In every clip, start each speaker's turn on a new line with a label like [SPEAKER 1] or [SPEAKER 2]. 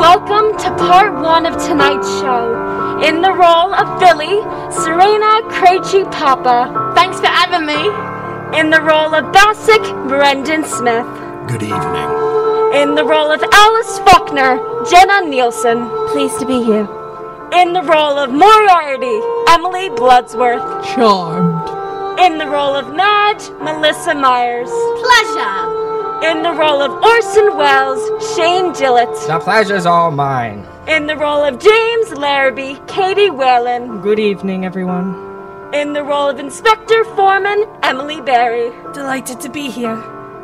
[SPEAKER 1] to part one of tonight's show. In the role of Billy, Serena Krejci Papa.
[SPEAKER 2] Thanks for having me.
[SPEAKER 1] In the role of Basic, Brendan Smith.
[SPEAKER 3] Good evening.
[SPEAKER 1] In the role of Alice Faulkner, Jenna Nielsen. Pleased to be here. In the role of Moriarty, Emily Bloodsworth.
[SPEAKER 4] Charmed.
[SPEAKER 1] In the role of Madge, Melissa Myers.
[SPEAKER 2] Pleasure.
[SPEAKER 1] In the role of Orson Welles, Shane Gillett.
[SPEAKER 5] The pleasure's all mine.
[SPEAKER 1] In the role of James Larrabee, Katie Whalen.
[SPEAKER 6] Good evening, everyone.
[SPEAKER 1] In the role of Inspector Foreman, Emily Berry.
[SPEAKER 6] Delighted to be here.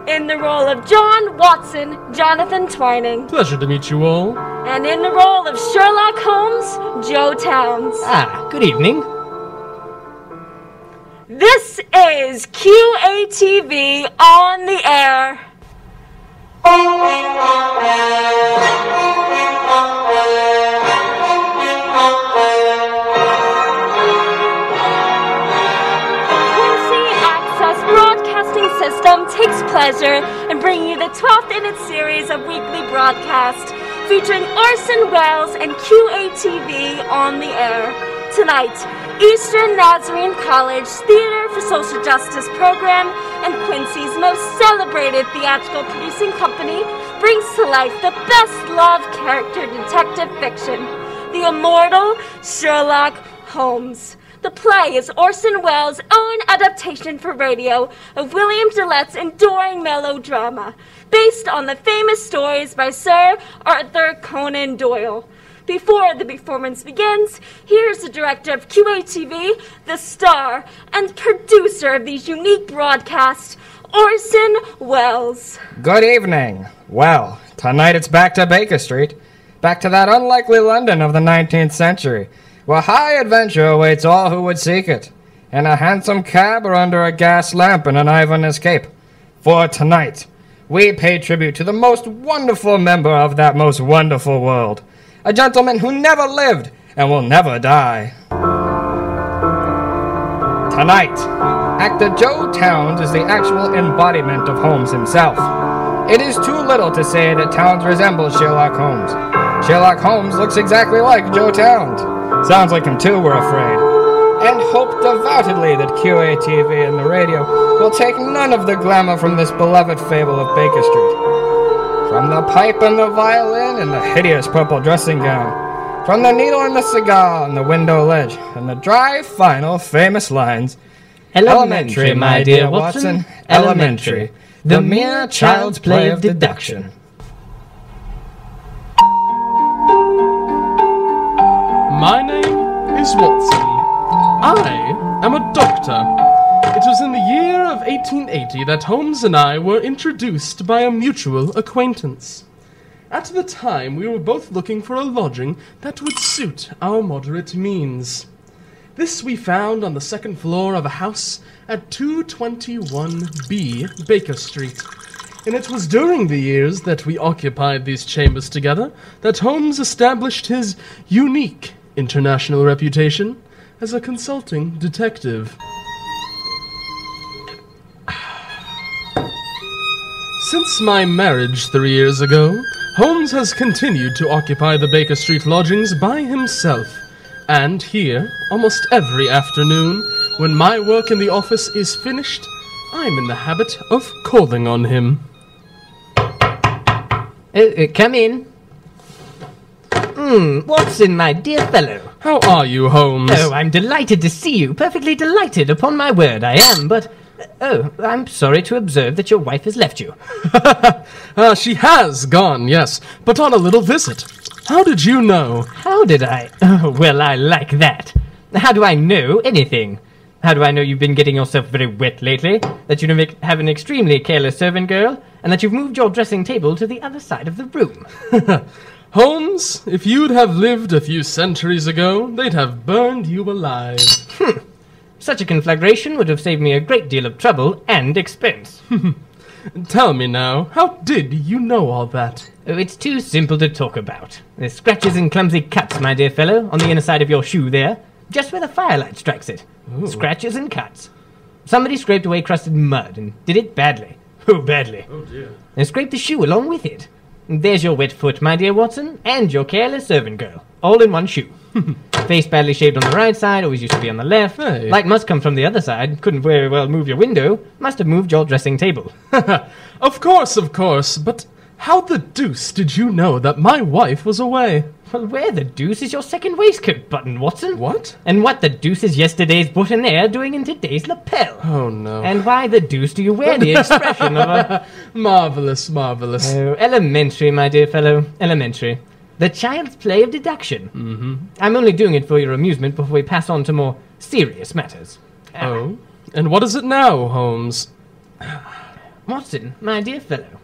[SPEAKER 1] In the role of John Watson, Jonathan Twining.
[SPEAKER 4] Pleasure to meet you all.
[SPEAKER 1] And in the role of Sherlock Holmes, Joe Towns.
[SPEAKER 5] Ah, good evening.
[SPEAKER 1] This is QATV on the air. Quincy Access Broadcasting System takes pleasure in bringing you the 12th in its series of weekly broadcasts featuring Orson Welles and QATV on the air. Tonight, Eastern Nazarene College Theater for Social Justice program and Quincy's most celebrated theatrical producing company brings to life the best loved character detective fiction the immortal Sherlock Holmes. The play is Orson Welles' own adaptation for radio of William Gillette's enduring melodrama, based on the famous stories by Sir Arthur Conan Doyle. Before the performance begins, here's the director of QATV, the star and producer of these unique broadcasts, Orson Welles.
[SPEAKER 5] Good evening. Well, tonight it's back to Baker Street. Back to that unlikely London of the 19th century, where high adventure awaits all who would seek it. In a hansom cab or under a gas lamp in an Ivan's cape. For tonight, we pay tribute to the most wonderful member of that most wonderful world. A gentleman who never lived and will never die. Tonight, actor Joe Towns is the actual embodiment of Holmes himself. It is too little to say that Towns resembles Sherlock Holmes. Sherlock Holmes looks exactly like Joe Towns. Sounds like him too, we're afraid. And hope devoutedly that QATV and the radio will take none of the glamour from this beloved fable of Baker Street. From the pipe and the violin and the hideous purple dressing gown. From the needle and the cigar and the window ledge and the dry, final, famous lines. Elementary, my dear Watson, elementary. The mere child's play of deduction.
[SPEAKER 4] My name is Watson. I am a doctor. It was in the year of 1880 that Holmes and I were introduced by a mutual acquaintance. At the time, we were both looking for a lodging that would suit our moderate means. This we found on the second floor of a house at 221B Baker Street. And it was during the years that we occupied these chambers together that Holmes established his unique international reputation as a consulting detective. Since my marriage three years ago, Holmes has continued to occupy the Baker Street lodgings by himself, and here almost every afternoon. When my work in the office is finished, I'm in the habit of calling on him.
[SPEAKER 7] Uh, uh, come in. Mm, Watson, my dear fellow.
[SPEAKER 4] How are you, Holmes?
[SPEAKER 7] Oh, I'm delighted to see you. Perfectly delighted, upon my word, I am. But, oh, I'm sorry to observe that your wife has left you.
[SPEAKER 4] Uh, she has gone, yes, but on a little visit. How did you know?
[SPEAKER 7] How did I? Oh, well, I like that. How do I know anything? How do I know you've been getting yourself very wet lately? That you make- have an extremely careless servant girl? And that you've moved your dressing table to the other side of the room?
[SPEAKER 4] Holmes, if you'd have lived a few centuries ago, they'd have burned you alive.
[SPEAKER 7] Hmm. Such a conflagration would have saved me a great deal of trouble and expense.
[SPEAKER 4] Tell me now, how did you know all that?
[SPEAKER 7] Oh, it's too simple to talk about. There's scratches and clumsy cuts, my dear fellow, on the inner side of your shoe there, just where the firelight strikes it. Scratches and cuts. Somebody scraped away crusted mud and did it badly. Oh, badly. Oh, dear. And scraped the shoe along with it. There's your wet foot, my dear Watson, and your careless servant girl, all in one shoe. Face badly shaved on the right side, always used to be on the left.
[SPEAKER 4] Hey.
[SPEAKER 7] Light must come from the other side. Couldn't very well move your window. Must have moved your dressing table.
[SPEAKER 4] Of course, of course, but how the deuce did you know that my wife was away?
[SPEAKER 7] well, where the deuce is your second waistcoat button, Watson?
[SPEAKER 4] What?
[SPEAKER 7] And what the deuce is yesterday's boutonniere doing in today's lapel?
[SPEAKER 4] Oh no.
[SPEAKER 7] And why the deuce do you wear the expression of a
[SPEAKER 4] marvelous, marvelous.
[SPEAKER 7] Oh, elementary, my dear fellow, elementary. The child's play of deduction. Mm-hmm. I'm only doing it for your amusement before we pass on to more serious matters. Ah,
[SPEAKER 4] Oh. And what is it now, Holmes?
[SPEAKER 7] Watson, my dear fellow,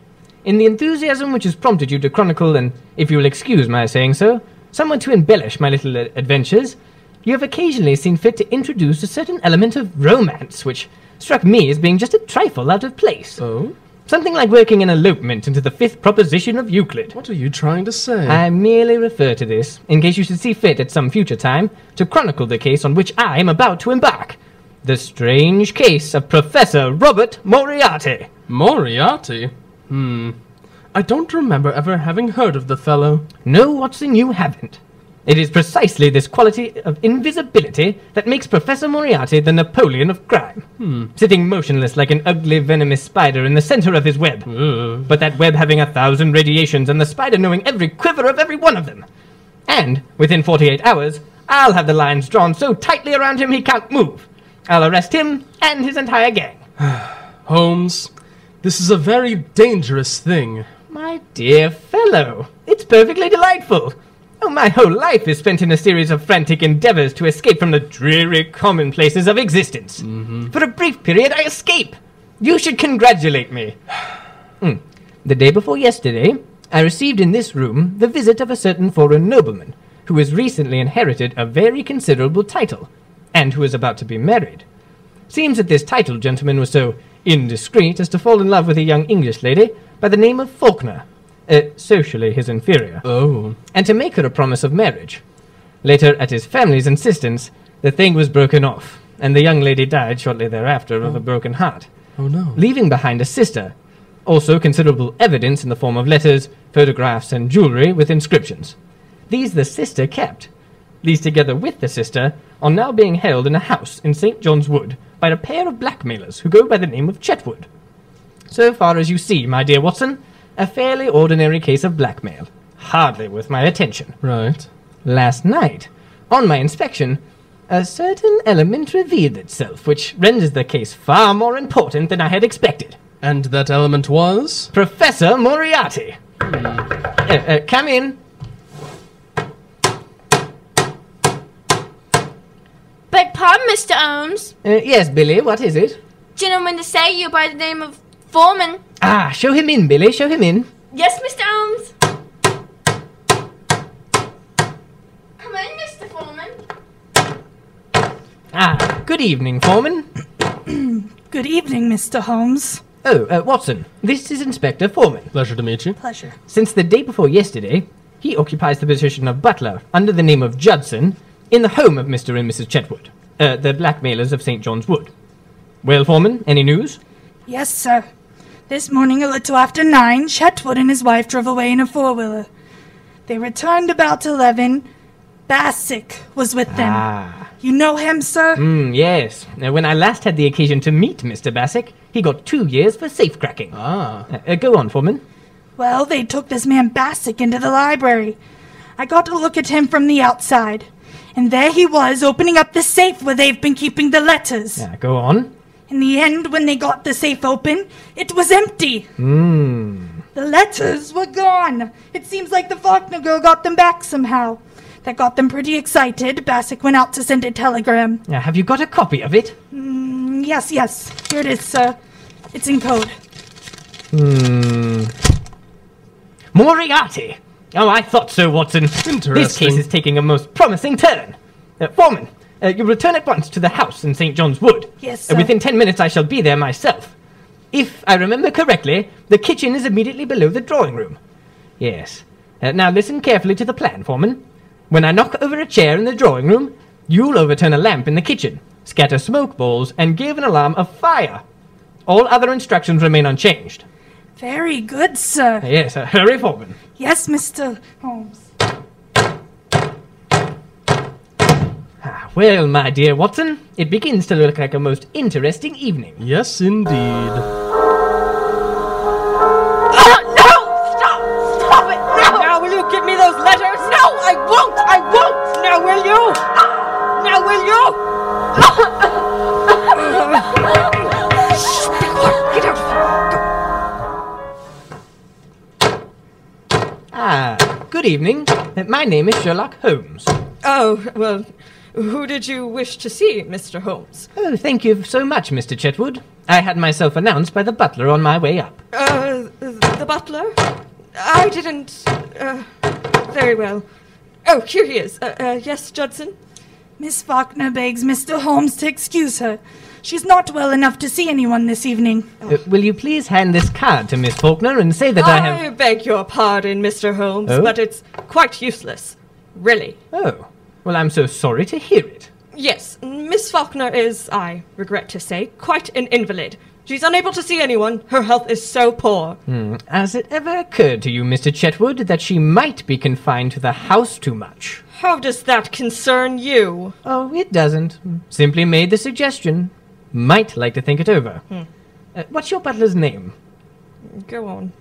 [SPEAKER 7] in the enthusiasm which has prompted you to chronicle, and if you will excuse my saying so, somewhat to embellish my little uh, adventures, you have occasionally seen fit to introduce a certain element of romance which struck me as being just a trifle out of place.
[SPEAKER 4] Oh?
[SPEAKER 7] Something like working an elopement into the fifth proposition of Euclid.
[SPEAKER 4] What are you trying to say?
[SPEAKER 7] I merely refer to this, in case you should see fit at some future time, to chronicle the case on which I am about to embark. The strange case of Professor Robert Moriarty.
[SPEAKER 4] Moriarty? Hmm. I don't remember ever having heard of the fellow.
[SPEAKER 7] No, Watson, you haven't. It is precisely this quality of invisibility that makes Professor Moriarty the Napoleon of crime,
[SPEAKER 4] Hmm.
[SPEAKER 7] sitting motionless like an ugly, venomous spider in the center of his web.
[SPEAKER 4] Ugh.
[SPEAKER 7] but that web having a thousand radiations and the spider knowing every quiver of every one of them. And within 48 hours, I'll have the lines drawn so tightly around him he can't move. I'll arrest him and his entire gang.
[SPEAKER 4] Holmes, this is a very dangerous thing.
[SPEAKER 7] My dear fellow, it's perfectly delightful. Oh, my whole life is spent in a series of frantic endeavors to escape from the dreary commonplaces of existence. For a brief period, I escape. You should congratulate me. Hmm. The day before yesterday, I received in this room the visit of a certain foreign nobleman who has recently inherited a very considerable title and who is about to be married. Seems that this titled gentleman was so indiscreet as to fall in love with a young English lady by the name of Faulkner, uh, socially his inferior,
[SPEAKER 4] Oh.
[SPEAKER 7] and to make her a promise of marriage. Later, at his family's insistence, the thing was broken off, and the young lady died shortly thereafter of a broken heart,
[SPEAKER 4] Oh no.
[SPEAKER 7] leaving behind a sister. Also, considerable evidence in the form of letters, photographs, and jewelry with inscriptions. These the sister kept. These, together with the sister, are now being held in a house in St. John's Wood by a pair of blackmailers who go by the name of Chetwood. So far as you see, my dear Watson, a fairly ordinary case of blackmail, hardly worth my attention.
[SPEAKER 4] Right.
[SPEAKER 7] Last night, on my inspection, a certain element revealed itself which renders the case far more important than I had expected.
[SPEAKER 4] And that element was?
[SPEAKER 7] Professor Moriarty. Uh, uh, come in.
[SPEAKER 2] Beg pardon, Mr. Holmes.
[SPEAKER 7] Uh, yes, Billy, what is it?
[SPEAKER 2] Gentleman to say you by the name of Foreman.
[SPEAKER 7] Ah, show him in, Billy, show him in.
[SPEAKER 2] Yes, Mr. Holmes. Come in, Mr. Foreman.
[SPEAKER 7] Ah, good evening, Foreman.
[SPEAKER 6] Good evening, Mr. Holmes.
[SPEAKER 7] Oh, uh, Watson, this is Inspector Foreman.
[SPEAKER 4] Pleasure to meet you.
[SPEAKER 6] Pleasure.
[SPEAKER 7] Since the day before yesterday, he occupies the position of butler under the name of Judson in the home of Mr. and Mrs. Chetwood, uh, the blackmailers of St. John's Wood. Well, Foreman, any news?
[SPEAKER 6] Yes, sir. This morning, a little after nine, Chetwood and his wife drove away in a four wheeler. They returned about eleven. Bassick was with them.
[SPEAKER 7] Ah.
[SPEAKER 6] You know him, sir?
[SPEAKER 7] Hmm, yes. Now, when I last had the occasion to meet Mr. Bassick, he got two years for safecracking.
[SPEAKER 4] Ah.
[SPEAKER 7] Uh, uh, go on, Foreman.
[SPEAKER 6] Well, they took this man Bassick into the library. I got a look at him from the outside. And there he was, opening up the safe where they've been keeping the letters.
[SPEAKER 7] Yeah, Uh, go on.
[SPEAKER 6] In the end, when they got the safe open, it was empty.
[SPEAKER 7] Mm.
[SPEAKER 6] The letters were gone. It seems like the Faulkner girl got them back somehow. That got them pretty excited. Bassick went out to send a telegram.
[SPEAKER 7] Now, have you got a copy of it?
[SPEAKER 6] Mm, Yes, yes. Here it is, sir. It's in code.
[SPEAKER 7] Hmm. Moriarty! Oh, I thought so, Watson. This
[SPEAKER 4] Interesting.
[SPEAKER 7] case is taking a most promising turn. Uh, Foreman, uh, you return at once to the house in St. John's Wood.
[SPEAKER 6] Yes,
[SPEAKER 7] Uh,
[SPEAKER 6] sir.
[SPEAKER 7] within ten minutes, I shall be there myself. If I remember correctly, the kitchen is immediately below the drawing room. Yes. Uh, now listen carefully to the plan, Foreman. When I knock over a chair in the drawing room, you'll overturn a lamp in the kitchen, scatter smoke balls, and give an alarm of fire. All other instructions remain unchanged.
[SPEAKER 6] Very good, sir.
[SPEAKER 7] Yes, uh, hurry forward.
[SPEAKER 6] Yes, Mr. Holmes.
[SPEAKER 7] Ah, well, my dear Watson, it begins to look like a most interesting evening.
[SPEAKER 4] Yes, indeed.
[SPEAKER 3] Now will you give me those letters? No, I won't. I won't. Now will you? Now will you? Shh, be quiet. Get out of here.
[SPEAKER 7] Ah, good evening. Uh, My name is Sherlock Holmes.
[SPEAKER 3] Oh, well, who did you wish to see, Mr. Holmes?
[SPEAKER 7] Oh, thank you so much, Mr. Chetwood. I had myself announced by the butler on my way up.
[SPEAKER 3] Uh, the butler? I didn't. Uh, very well. Oh, here he is. Uh, uh, yes, Judson?
[SPEAKER 6] Miss Faulkner begs Mr. Holmes to excuse her. She's not well enough to see anyone this evening.
[SPEAKER 7] Uh, will you please hand this card to Miss Faulkner and say that I,
[SPEAKER 3] I
[SPEAKER 7] have.
[SPEAKER 3] beg your pardon, Mr. Holmes,
[SPEAKER 7] Oh?
[SPEAKER 3] but it's quite useless. Really.
[SPEAKER 7] Oh, well, I'm so sorry to hear it.
[SPEAKER 3] Yes, Miss Faulkner is, I regret to say, quite an invalid. She's unable to see anyone. Her health is so poor.
[SPEAKER 7] Has it ever occurred to you, Mr. Chetwood, that she might be confined to the house too much?
[SPEAKER 3] How does that concern you?
[SPEAKER 7] Oh, it doesn't. Simply made the suggestion. Might like to think it over. Uh, what's your butler's name?
[SPEAKER 3] Go on.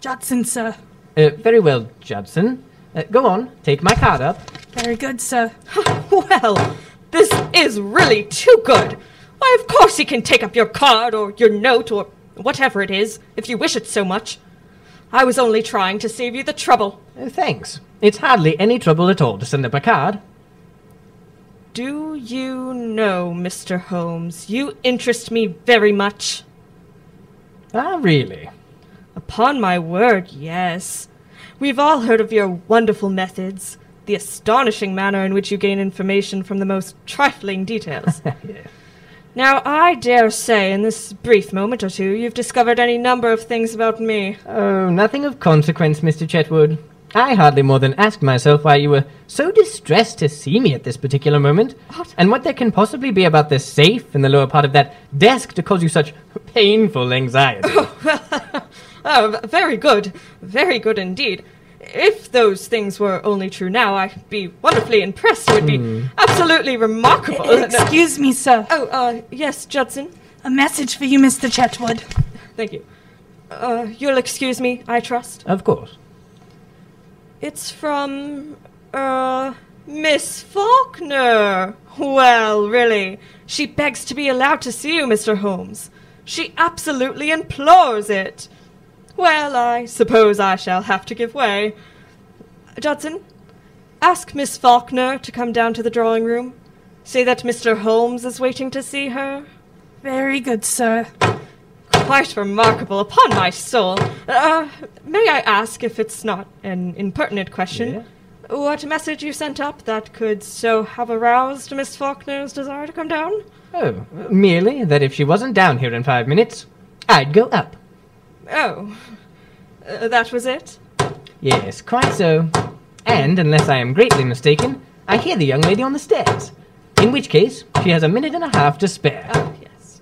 [SPEAKER 6] Judson, sir.
[SPEAKER 7] Uh, very well, Judson. Uh, go on, take my card up.
[SPEAKER 6] Very good, sir.
[SPEAKER 3] Well, this is really too good. Why, of course he can take up your card or your note or whatever it is, if you wish it so much. I was only trying to save you the trouble.
[SPEAKER 7] Uh, thanks. It's hardly any trouble at all to send up a card.
[SPEAKER 3] Do you know, Mr. Holmes, you interest me very much.
[SPEAKER 7] Ah, really?
[SPEAKER 3] Upon my word, yes. We've all heard of your wonderful methods, the astonishing manner in which you gain information from the most trifling details. Now, I dare say in this brief moment or two you've discovered any number of things about me.
[SPEAKER 7] Oh, nothing of consequence, Mr. Chetwood. I hardly more than asked myself why you were so distressed to see me at this particular moment, and what there can possibly be about the safe in the lower part of that desk to cause you such painful anxiety.
[SPEAKER 3] Oh, v- very good, very good indeed. If those things were only true now, I'd be wonderfully impressed. It would be absolutely remarkable.
[SPEAKER 6] E-, Excuse me, sir.
[SPEAKER 3] oh, uh, yes, Judson.
[SPEAKER 6] A message for you, Mr. Chetwood.
[SPEAKER 3] Thank you. Uh, you'll excuse me, I trust.
[SPEAKER 7] of course.
[SPEAKER 3] It's from, uh, Miss Faulkner. Well, really, she begs to be allowed to see you, Mr. Holmes. She absolutely implores it. Well, I suppose I shall have to give way. Judson, ask Miss Faulkner to come down to the drawing room. Say that Mr. Holmes is waiting to see her.
[SPEAKER 6] Very good, sir.
[SPEAKER 3] Quite remarkable, upon my soul. Uh, may I ask, if it's not an impertinent question, what message you sent up that could so have aroused Miss Faulkner's desire to come down?
[SPEAKER 7] Oh, merely that if she wasn't down here in five minutes, I'd go up.
[SPEAKER 3] Oh, uh, that was it?
[SPEAKER 7] Yes, quite so. And, unless I am greatly mistaken, I hear the young lady on the stairs. In which case, she has a minute and a half to spare.
[SPEAKER 3] Oh, yes.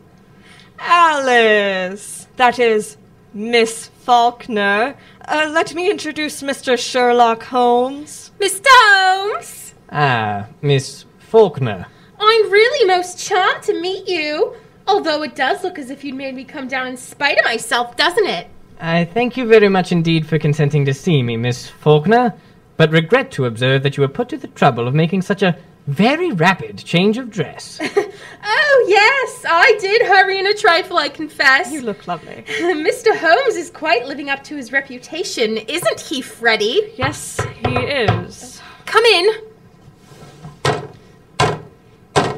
[SPEAKER 3] Alice! That is Miss Faulkner. Uh, let me introduce Mr. Sherlock Holmes.
[SPEAKER 2] Mr. Holmes,
[SPEAKER 7] Ah, Miss Faulkner.
[SPEAKER 2] I'm really most charmed to meet you. Although it does look as if you'd made me come down in spite of myself, doesn't it?
[SPEAKER 7] I thank you very much indeed for consenting to see me, Miss Faulkner, but regret to observe that you were put to the trouble of making such a very rapid change of dress.
[SPEAKER 2] Oh, yes, I did hurry in a trifle, I confess.
[SPEAKER 3] You look lovely.
[SPEAKER 2] Mr. Holmes is quite living up to his reputation, isn't he, Freddy?
[SPEAKER 3] Yes, he is.
[SPEAKER 2] Come in.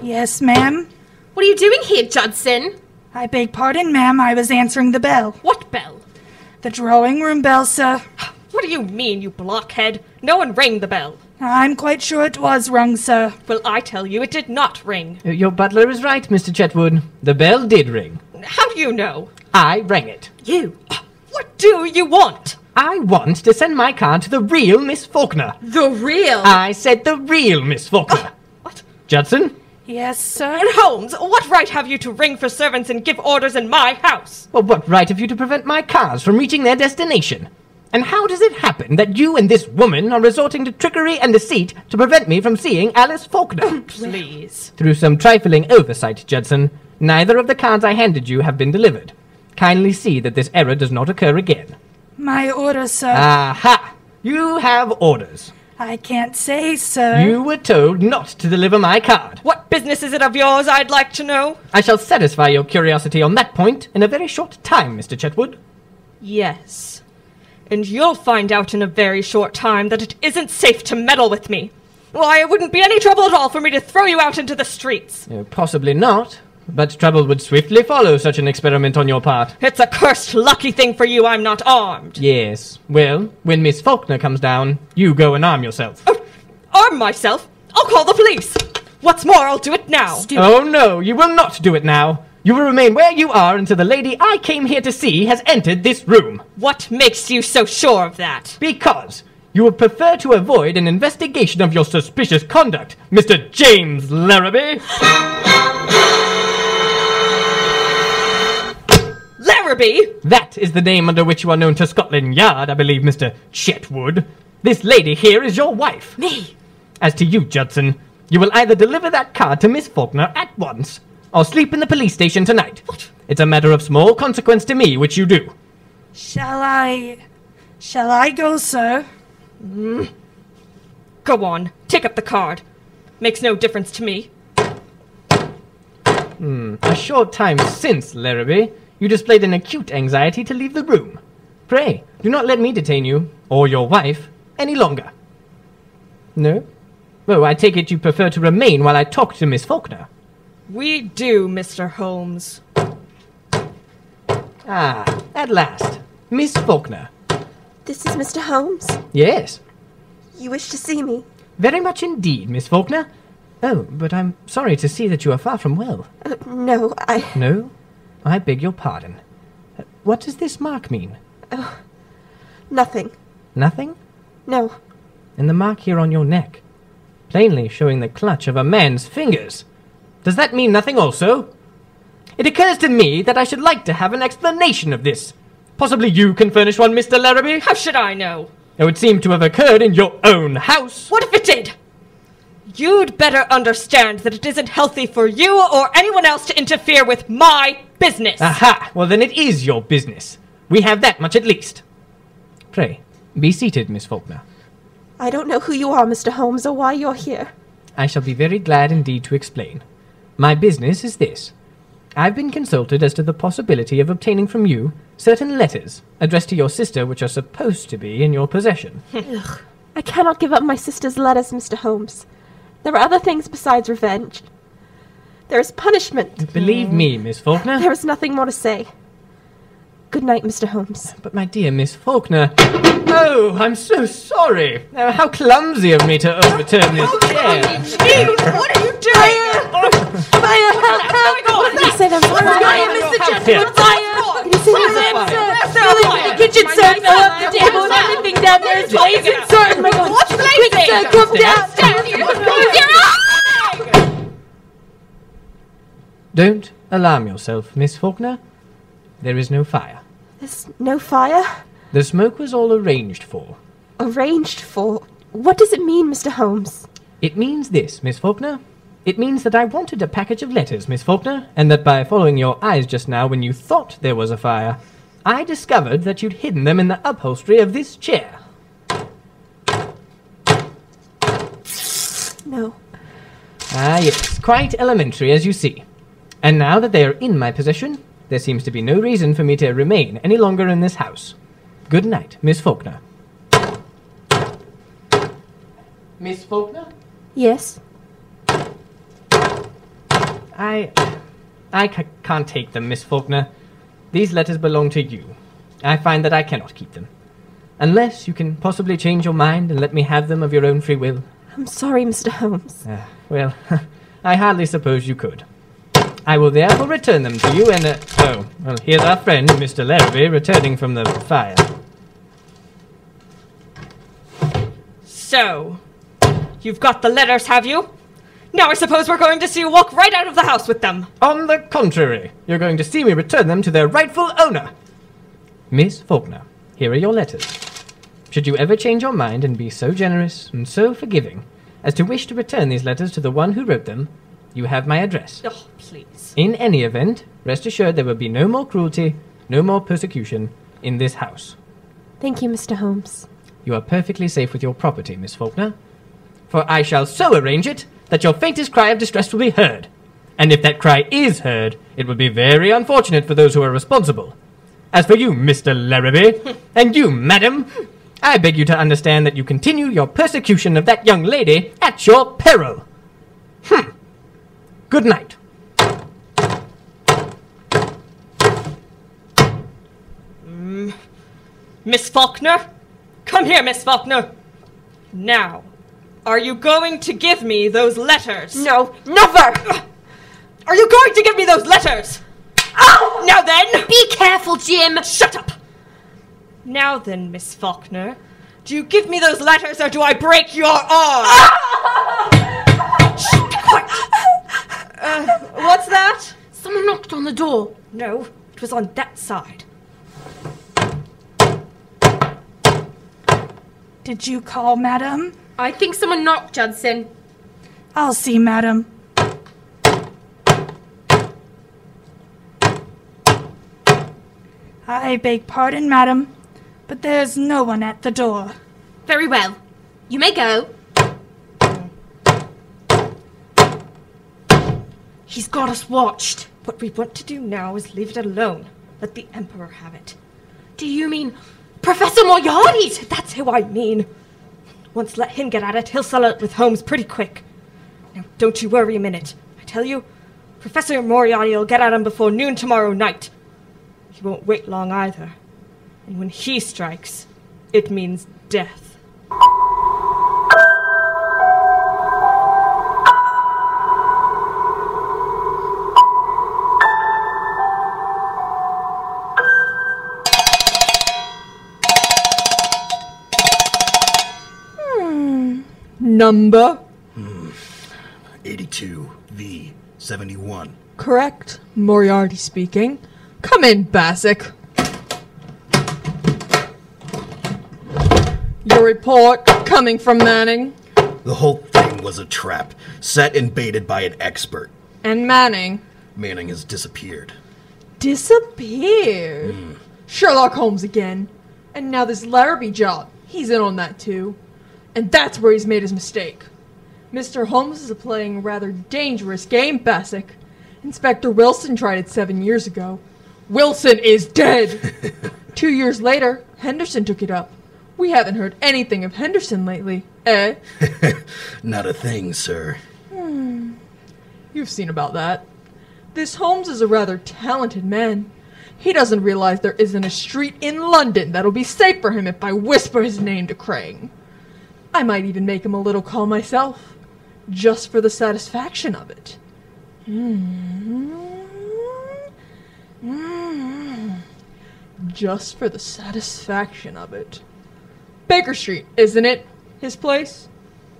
[SPEAKER 6] Yes, ma'am.
[SPEAKER 2] What are you doing here, Judson?
[SPEAKER 6] I beg pardon, ma'am. I was answering the bell.
[SPEAKER 3] What bell?
[SPEAKER 6] The drawing room bell, sir.
[SPEAKER 3] What do you mean, you blockhead? No one rang the bell.
[SPEAKER 6] I'm quite sure it was rung, sir.
[SPEAKER 3] Well, I tell you, it did not ring.
[SPEAKER 7] Your butler is right, Mr. Chetwood. The bell did ring.
[SPEAKER 3] How do you know?
[SPEAKER 7] I rang it.
[SPEAKER 3] You. What do you want?
[SPEAKER 7] I want to send my card to the real Miss Faulkner.
[SPEAKER 2] The real.
[SPEAKER 7] I said the real Miss Faulkner.
[SPEAKER 3] Oh, What?
[SPEAKER 7] Judson,
[SPEAKER 6] Yes, sir.
[SPEAKER 3] And Holmes, what right have you to ring for servants and give orders in my house?
[SPEAKER 7] Well, what right have you to prevent my cars from reaching their destination? And how does it happen that you and this woman are resorting to trickery and deceit to prevent me from seeing Alice Faulkner?
[SPEAKER 3] Please.
[SPEAKER 7] Through some trifling oversight, Judson, neither of the cards I handed you have been delivered. Kindly see that this error does not occur again.
[SPEAKER 6] My order,
[SPEAKER 3] Uh.
[SPEAKER 6] sir.
[SPEAKER 7] Aha! Ah, You have orders.
[SPEAKER 6] I can't say, sir.
[SPEAKER 7] You were told not to deliver my card.
[SPEAKER 3] What business is it of yours, I'd like to know?
[SPEAKER 7] I shall satisfy your curiosity on that point in a very short time, Mr. Chetwood.
[SPEAKER 3] Yes. And you'll find out in a very short time that it isn't safe to meddle with me. Why, it wouldn't be any trouble at all for me to throw you out into the streets.
[SPEAKER 7] Uh, possibly not, but trouble would swiftly follow such an experiment on your part.
[SPEAKER 3] It's a cursed lucky thing for you I'm not armed.
[SPEAKER 7] Yes. Well, when Miss Faulkner comes down, you go and arm yourself.
[SPEAKER 3] Arm myself? I'll call the police. What's more, I'll do it now.
[SPEAKER 7] Oh no, you will not do it now. You will remain where you are until the lady I came here to see has entered this room.
[SPEAKER 3] What makes you so sure of that?
[SPEAKER 7] Because you would prefer to avoid an investigation of your suspicious conduct, Mr. James Larrabee.
[SPEAKER 3] Larrabee!
[SPEAKER 7] that is the name under which you are known to Scotland Yard, I believe, Mr. Chetwood. This lady here is your wife.
[SPEAKER 3] Me!
[SPEAKER 7] As to you, Judson, you will either deliver that card to Miss Faulkner at once or sleep in the police station tonight. What? It's a matter of small consequence to me which you do.
[SPEAKER 6] Shall I. Shall I go, sir?
[SPEAKER 3] Mm. Go on, take up the card. Makes no difference to me.
[SPEAKER 7] Hmm, A short time since, Larrabee, you displayed an acute anxiety to leave the room. Pray, do not let me detain you, or your wife, any longer. No? Oh, I take it you prefer to remain while I talk to Miss Faulkner.
[SPEAKER 3] We do, Mr. Holmes.
[SPEAKER 7] Ah, at last. Miss Faulkner.
[SPEAKER 8] This is Mr. Holmes.
[SPEAKER 7] Yes,
[SPEAKER 8] You wish to see me?
[SPEAKER 7] very much indeed, Miss Faulkner. Oh, but I'm sorry to see that you are far from well.
[SPEAKER 8] Uh, No, I.
[SPEAKER 7] No? I beg your pardon. Uh, What does this mark mean?
[SPEAKER 8] Oh, Nothing.
[SPEAKER 7] Nothing?
[SPEAKER 8] No.
[SPEAKER 7] and the mark here on your neck, plainly showing the clutch of a man's fingers. Does that mean nothing also? It occurs to me that I should like to have an explanation of this. Possibly you can furnish one, Mr. Larrabee? Oh,
[SPEAKER 3] How should I know?
[SPEAKER 7] It would seem to have occurred in your own house.
[SPEAKER 3] What if it did? You'd better understand that it isn't healthy for you or anyone else to interfere with my business.
[SPEAKER 7] Aha! Well, then it is your business. We have that much at least. Pray, be seated, Miss Faulkner.
[SPEAKER 8] I don't know who you are, Mr. Holmes, or why you're here.
[SPEAKER 7] I shall be very glad indeed to explain. My business is this. I've been consulted as to the possibility of obtaining from you certain letters addressed to your sister which are supposed to be in your possession.
[SPEAKER 8] I cannot give up my sister's letters, Mr. Holmes. There are other things besides revenge. There is punishment.
[SPEAKER 7] Believe me, Miss Faulkner.
[SPEAKER 8] There is nothing more to say. Good night, Mr. Holmes.
[SPEAKER 7] But my dear Miss Faulkner. Oh, I'm so sorry. Oh, how clumsy of me to overturn this chair.
[SPEAKER 3] what are you doing?
[SPEAKER 8] Did he say there was a fire?
[SPEAKER 7] Mr. Chester,
[SPEAKER 8] Did he say there was a fire? The kitchen, sir. Fill up the table and everything down there is blazing, sir. Oh my God. Quick, sir, come down. Close your eyes.
[SPEAKER 7] Don't alarm yourself, Miss Faulkner. There is no fire.
[SPEAKER 8] There's no fire
[SPEAKER 7] The smoke was all arranged for.
[SPEAKER 8] arranged for. What does it mean, Mr. Holmes?
[SPEAKER 7] It means this, Miss Faulkner. It means that I wanted a package of letters, Miss Faulkner, and that by following your eyes just now when you thought there was a fire, I discovered that you'd hidden them in the upholstery of this chair.
[SPEAKER 8] No.
[SPEAKER 7] Ah, yes, quite elementary, as you see. And now that they are in my possession, there seems to be no reason for me to remain any longer in this house. Good night, Miss Faulkner. Miss Faulkner?
[SPEAKER 8] Yes.
[SPEAKER 7] I. I c- can't take them, Miss Faulkner. These letters belong to you. I find that I cannot keep them. Unless you can possibly change your mind and let me have them of your own free will.
[SPEAKER 8] I'm sorry, Mr. Holmes.
[SPEAKER 7] Ah, well, I hardly suppose you could. I will therefore return them to you and. Uh, oh, well, here's our friend, Mr. Larrabee, returning from the fire.
[SPEAKER 3] So, you've got the letters, have you? Now I suppose we're going to see you walk right out of the house with them.
[SPEAKER 7] On the contrary, you're going to see me return them to their rightful owner. Miss Faulkner, here are your letters. Should you ever change your mind and be so generous and so forgiving as to wish to return these letters to the one who wrote them, you have my address.
[SPEAKER 3] Oh, please.
[SPEAKER 7] In any event, rest assured there will be no more cruelty, no more persecution in this house.
[SPEAKER 1] Thank you, Mr. Holmes.
[SPEAKER 7] You are perfectly safe with your property, Miss Faulkner. For I shall so arrange it that your faintest cry of distress will be heard. And if that cry is heard, it will be very unfortunate for those who are responsible. As for you, Mr. Larrabee, and you, madam, I beg you to understand that you continue your persecution of that young lady at your peril. Hmm. Good night.
[SPEAKER 3] Mm. Miss Faulkner? Come here, Miss Faulkner. Now, are you going to give me those letters?
[SPEAKER 9] No, never!
[SPEAKER 3] Are you going to give me those letters? Oh! Now then!
[SPEAKER 8] Be careful, Jim.
[SPEAKER 3] Shut up! Now then, Miss Faulkner, do you give me those letters or do I break your arm?
[SPEAKER 8] Ah!
[SPEAKER 3] Shh, be quiet. Uh, what's that?
[SPEAKER 8] Someone knocked on the door.
[SPEAKER 3] No, it was on that side.
[SPEAKER 6] Did you call, madam?
[SPEAKER 2] I think someone knocked, Judson.
[SPEAKER 6] I'll see, madam. I beg pardon, madam, but there's no one at the door.
[SPEAKER 8] Very well. You may go. He's got us watched.
[SPEAKER 3] What we want to do now is leave it alone. Let the Emperor have it.
[SPEAKER 8] Do you mean Professor Moriarty?
[SPEAKER 3] That's who I mean. Once let him get at it, he'll sell it with Holmes pretty quick. Now, don't you worry a minute. I tell you, Professor Moriarty will get at him before noon tomorrow night. He won't wait long either. And when he strikes, it means death.
[SPEAKER 10] Number
[SPEAKER 11] 82 Hmm. V 71.
[SPEAKER 10] correct. Moriarty speaking. Come in, Bassick. Your report coming from Manning.
[SPEAKER 11] The whole thing was a trap, set and baited by an expert.
[SPEAKER 10] And Manning
[SPEAKER 11] Manning has disappeared.
[SPEAKER 10] disappeared. Sherlock Holmes again. And now this Larrabee job. He's in on that too. And that's where he's made his mistake. Mr. Holmes is playing a rather dangerous game, Bassick. Inspector Wilson tried it seven years ago. Wilson is dead! Two years later, Henderson took it up. We haven't heard anything of Henderson lately, eh?
[SPEAKER 11] Not a thing, sir.
[SPEAKER 10] Hmm. You've seen about that. This Holmes is a rather talented man. He doesn't realize there isn't a street in London that'll be safe for him if I whisper his name to Crane. I might even make him a little call myself, just for the satisfaction of it.
[SPEAKER 7] Hmm.
[SPEAKER 10] Mm-hmm. Just for the satisfaction of it. Baker Street, isn't it? His place?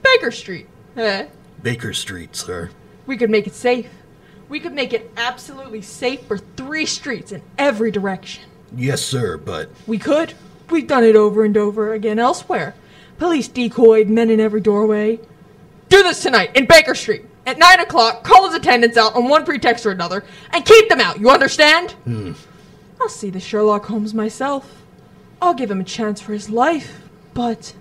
[SPEAKER 10] Baker Street, eh?
[SPEAKER 11] Baker Street, sir.
[SPEAKER 10] We could make it safe. We could make it absolutely safe for three streets in every direction.
[SPEAKER 11] Yes, sir, but
[SPEAKER 10] We could. We've done it over and over again elsewhere. Police decoyed, men in every doorway. Do this tonight in Baker Street. At 9 o'clock, call his attendants out on one pretext or another and keep them out, you understand? I'll see the Sherlock Holmes myself. I'll give him a chance for his life, but.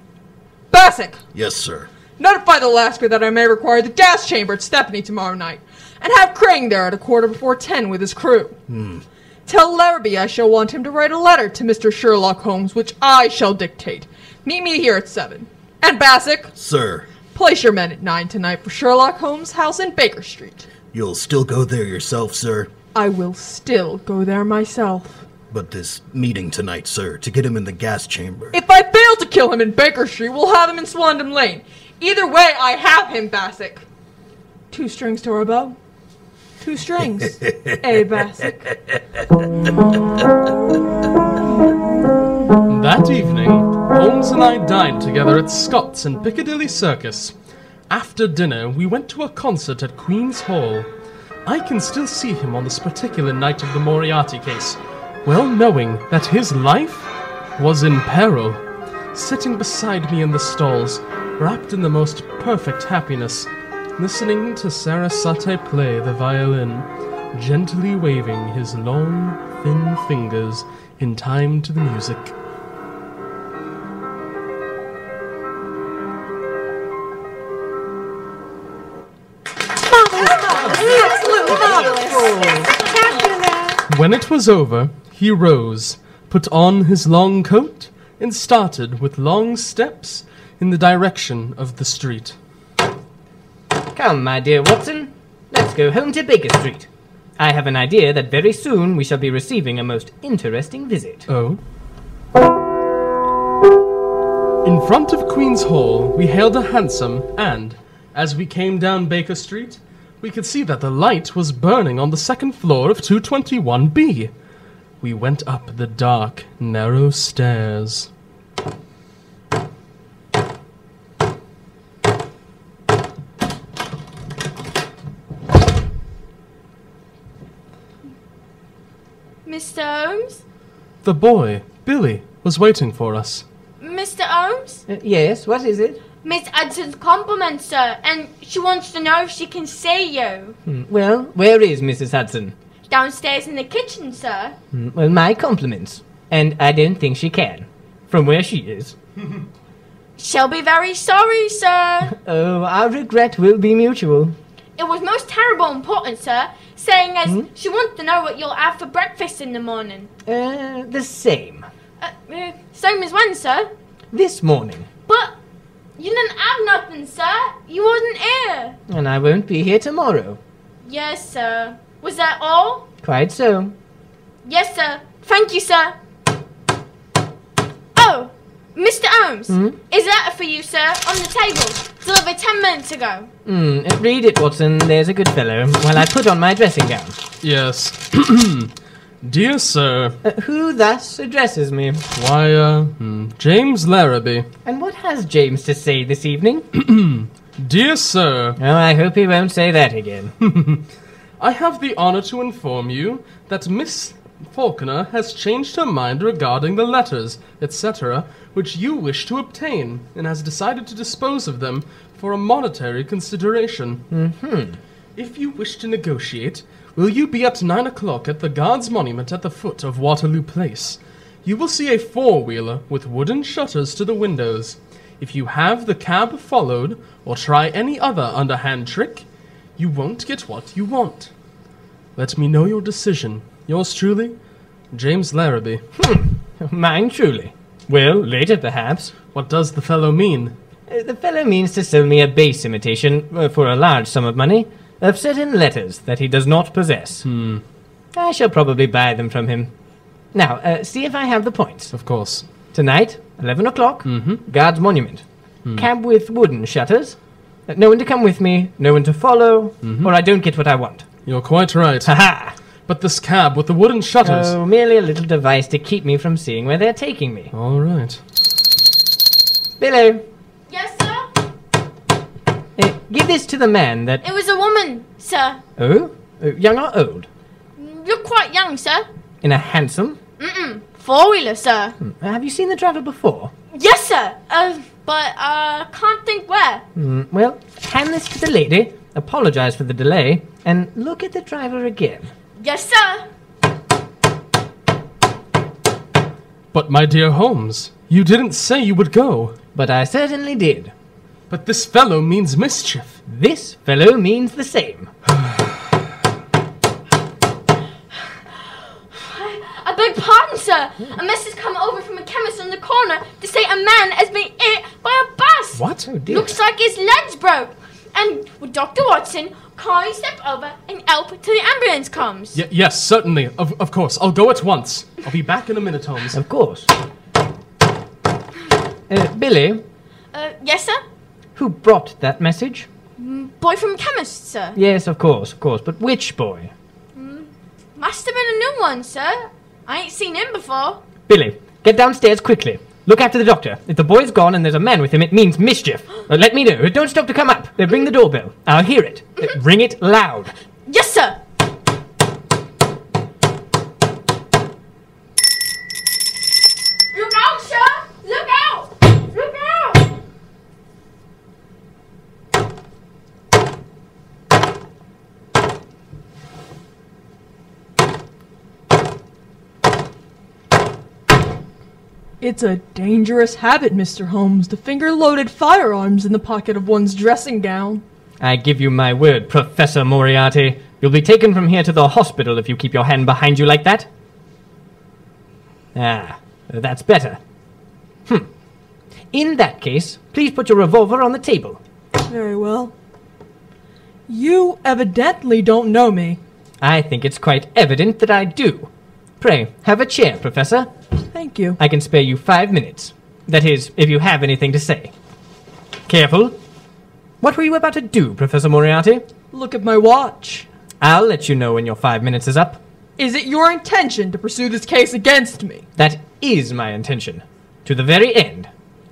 [SPEAKER 10] Bassick!
[SPEAKER 11] yes, sir.
[SPEAKER 10] Notify the Lasker that I may require the gas chamber at Stepney tomorrow night, and have Crane there at a quarter before ten with his crew.
[SPEAKER 5] Hmm.
[SPEAKER 10] Tell Larrabee I shall want him to write a letter to Mr. Sherlock Holmes, which I shall dictate. Meet me here at seven. And Bassick,
[SPEAKER 11] Sir,
[SPEAKER 10] place your men at nine tonight for Sherlock Holmes' house in Baker Street.
[SPEAKER 11] you'll still go there yourself, sir.
[SPEAKER 10] I will still go there myself.
[SPEAKER 11] But this meeting tonight, sir, to get him in the gas chamber.
[SPEAKER 10] If I fail to kill him in Baker Street, we'll have him in Swandam Lane. Either way, I have him, Bassick. Two strings to our bow. Two strings. eh, Bassick?
[SPEAKER 4] That evening, Holmes and I dined together at Scott's in Piccadilly Circus. After dinner, we went to a concert at Queen's Hall. I can still see him on this particular night of the Moriarty case, well knowing that his life was in peril. Sitting beside me in the stalls, wrapped in the most perfect happiness, listening to Sarasate play the violin, gently waving his long, thin fingers in time to the music. When it was over, he rose, put on his long coat, and started with long steps in the direction of the street.
[SPEAKER 7] Come, my dear Watson, let's go home to Baker Street. I have an idea that very soon we shall be receiving a most interesting visit.
[SPEAKER 4] Oh. In front of Queen's Hall, we hailed a hansom, and, as we came down Baker Street, we could see that the light was burning on the second floor of 221B. We went up the dark, narrow stairs.
[SPEAKER 9] Mr. Holmes?
[SPEAKER 4] The boy, Billy, was waiting for us.
[SPEAKER 9] Mr. Holmes?
[SPEAKER 7] Eh. yes, what is it?
[SPEAKER 9] Miss Edson's compliments, sir, and she wants to know if she can see you.
[SPEAKER 7] Well, where is Mrs. Hudson?
[SPEAKER 9] Downstairs in the kitchen, sir.
[SPEAKER 7] Hmm, Well, my compliments. And I don't think she can, from where she is.
[SPEAKER 9] She'll be very sorry, sir.
[SPEAKER 7] Oh, our regret will be mutual.
[SPEAKER 9] it was most terrible important, sir, saying as
[SPEAKER 7] Hmm?
[SPEAKER 9] she wants to know what you'll have for breakfast in the morning.
[SPEAKER 7] Uh, the same.
[SPEAKER 9] Uh, uh, same as when, sir?
[SPEAKER 7] This morning.
[SPEAKER 9] But you didn't have nothing, sir. You wasn't here.
[SPEAKER 7] And I won't be here tomorrow.
[SPEAKER 9] Yes, sir. Was that all?
[SPEAKER 7] Quite so.
[SPEAKER 9] Yes, sir. Thank you, sir. Oh, Mr. Holmes,
[SPEAKER 7] Hmm?
[SPEAKER 9] is that for you, sir, on the table, delivered ten minutes ago?
[SPEAKER 7] Hmm, uh, read it, Watson. There's a good fellow. While I put on my dressing gown.
[SPEAKER 4] Yes. Dear sir.
[SPEAKER 7] Uh, who thus addresses me?
[SPEAKER 4] Why, uh, hmm, James Larrabee.
[SPEAKER 7] And what has James to say this evening?
[SPEAKER 4] Dear sir.
[SPEAKER 7] Oh, I hope he won't say that again.
[SPEAKER 4] I have the honor to inform you that Miss Faulkner has changed her mind regarding the letters, etc., which you wish to obtain, and has decided to dispose of them for a monetary consideration.
[SPEAKER 7] hmm
[SPEAKER 4] If you wish to negotiate, will you be at nine o'clock at the Guards Monument at the foot of Waterloo Place? You will see a four wheeler with wooden shutters to the windows. If you have the cab followed, or try any other underhand trick, you won't get what you want. Let me know your decision. Yours truly, James Larrabee. Hmm.
[SPEAKER 7] Mine truly. Well, later perhaps.
[SPEAKER 4] What does the fellow mean?
[SPEAKER 7] Uh, The fellow means to sell me a base imitation, uh, for a large sum of money, of certain letters that he does not possess.
[SPEAKER 4] Hmm,
[SPEAKER 7] I shall probably buy them from him. Now, uh, see if I have the points.
[SPEAKER 4] of course.
[SPEAKER 7] Tonight, 11 o'clock,
[SPEAKER 4] hmm
[SPEAKER 7] Guards Monument. Cab with wooden shutters. Uh, no one to come with me, no one to follow, or I don't get what I want.
[SPEAKER 4] Mm-hmm. You're quite right.
[SPEAKER 7] Ha ha!
[SPEAKER 4] But this cab with the wooden shutters.
[SPEAKER 7] Oh, merely a little device to keep me from seeing where they're taking me.
[SPEAKER 4] All right.
[SPEAKER 7] Billo,
[SPEAKER 9] Yes, sir.
[SPEAKER 7] uh, give this to the man that.
[SPEAKER 9] It was a woman, sir.
[SPEAKER 7] Oh? Uh, young or old?
[SPEAKER 9] You're quite young, sir.
[SPEAKER 7] In a hansom?
[SPEAKER 9] Mm-mm. Four wheeler, sir.
[SPEAKER 7] Hmm, Have you seen the driver before?
[SPEAKER 9] Yes, sir. Uh, but uh, can't think where.
[SPEAKER 7] Mm, well, hand this to the lady, apologize for the delay, and look at the driver again.
[SPEAKER 9] Yes, sir.
[SPEAKER 4] But, my dear Holmes, you didn't say you would go.
[SPEAKER 7] But I certainly did.
[SPEAKER 4] But this fellow means mischief.
[SPEAKER 7] This fellow means the same.
[SPEAKER 9] I beg pardon, sir. A message come over from a chemist on the corner to say a man has been hit by a bus.
[SPEAKER 4] What?
[SPEAKER 7] Oh dear.
[SPEAKER 9] Looks like his leg's broke. And with Dr. Watson, can you step over and help till the ambulance comes?
[SPEAKER 4] Y- yes, certainly. Of, of course. I'll go at once. I'll be back in a minute, Holmes.
[SPEAKER 7] Of course. Uh, Billy,
[SPEAKER 9] Uh, yes, sir. Mm,
[SPEAKER 7] who brought that message?
[SPEAKER 9] Boy from chemist, sir. Mm,
[SPEAKER 7] Yes, of course, of course. But which boy?
[SPEAKER 9] Must have been a new one, sir. I ain't seen him before.
[SPEAKER 7] Billy, get downstairs quickly. Look after the doctor. If the boy's gone and there's a man with him, it means mischief. Uh, let me know. Don't stop to come up. They ring the doorbell. I'll hear it. Uh, Ring it loud.
[SPEAKER 9] Yes, sir. Look out, sir! Look out! Look out!
[SPEAKER 10] It's a dangerous habit, Mr. Holmes, to finger loaded firearms in the pocket of one's dressing gown.
[SPEAKER 7] I give you my word, Professor Moriarty. You'll be taken from here to the hospital if you keep your hand behind you like that. Ah, that's better. Hmm. In that case, please put your revolver on the table.
[SPEAKER 10] Very well. You evidently don't know me.
[SPEAKER 7] I think it's quite evident that I do. Pray, have a chair, Professor.
[SPEAKER 10] Thank you.
[SPEAKER 7] I can spare you five minutes. That is, if you have anything to say. Careful. What were you about to do, Professor Moriarty?
[SPEAKER 10] Look at my watch.
[SPEAKER 7] I'll let you know when your five minutes is up.
[SPEAKER 10] Is it your intention to pursue this case against me?
[SPEAKER 7] That is my intention. To the very end.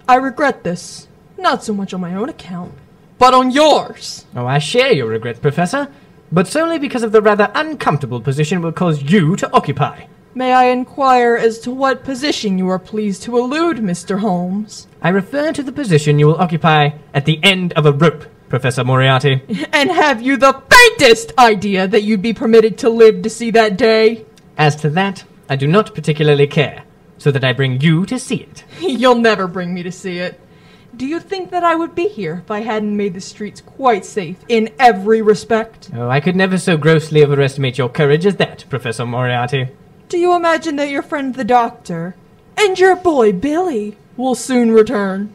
[SPEAKER 10] I regret this. Not so much on my own account, but on yours.
[SPEAKER 7] Oh, I share your regrets, Professor, but solely because of the rather uncomfortable position we'll cause you to occupy.
[SPEAKER 10] May I inquire as to what position you are pleased to elude, Mr. Holmes?
[SPEAKER 7] I refer to the position you will occupy at the end of a rope, Professor Moriarty.
[SPEAKER 10] And have you the faintest idea that you'd be permitted to live to see that day?
[SPEAKER 7] As to that, I do not particularly care, so that I bring you to see it.
[SPEAKER 10] You'll never bring me to see it. Do you think that I would be here if I hadn't made the streets quite safe in every respect?
[SPEAKER 7] Oh, I could never so grossly overestimate your courage as that, Professor Moriarty.
[SPEAKER 10] Do you imagine that your friend the doctor and your boy Billy will soon return?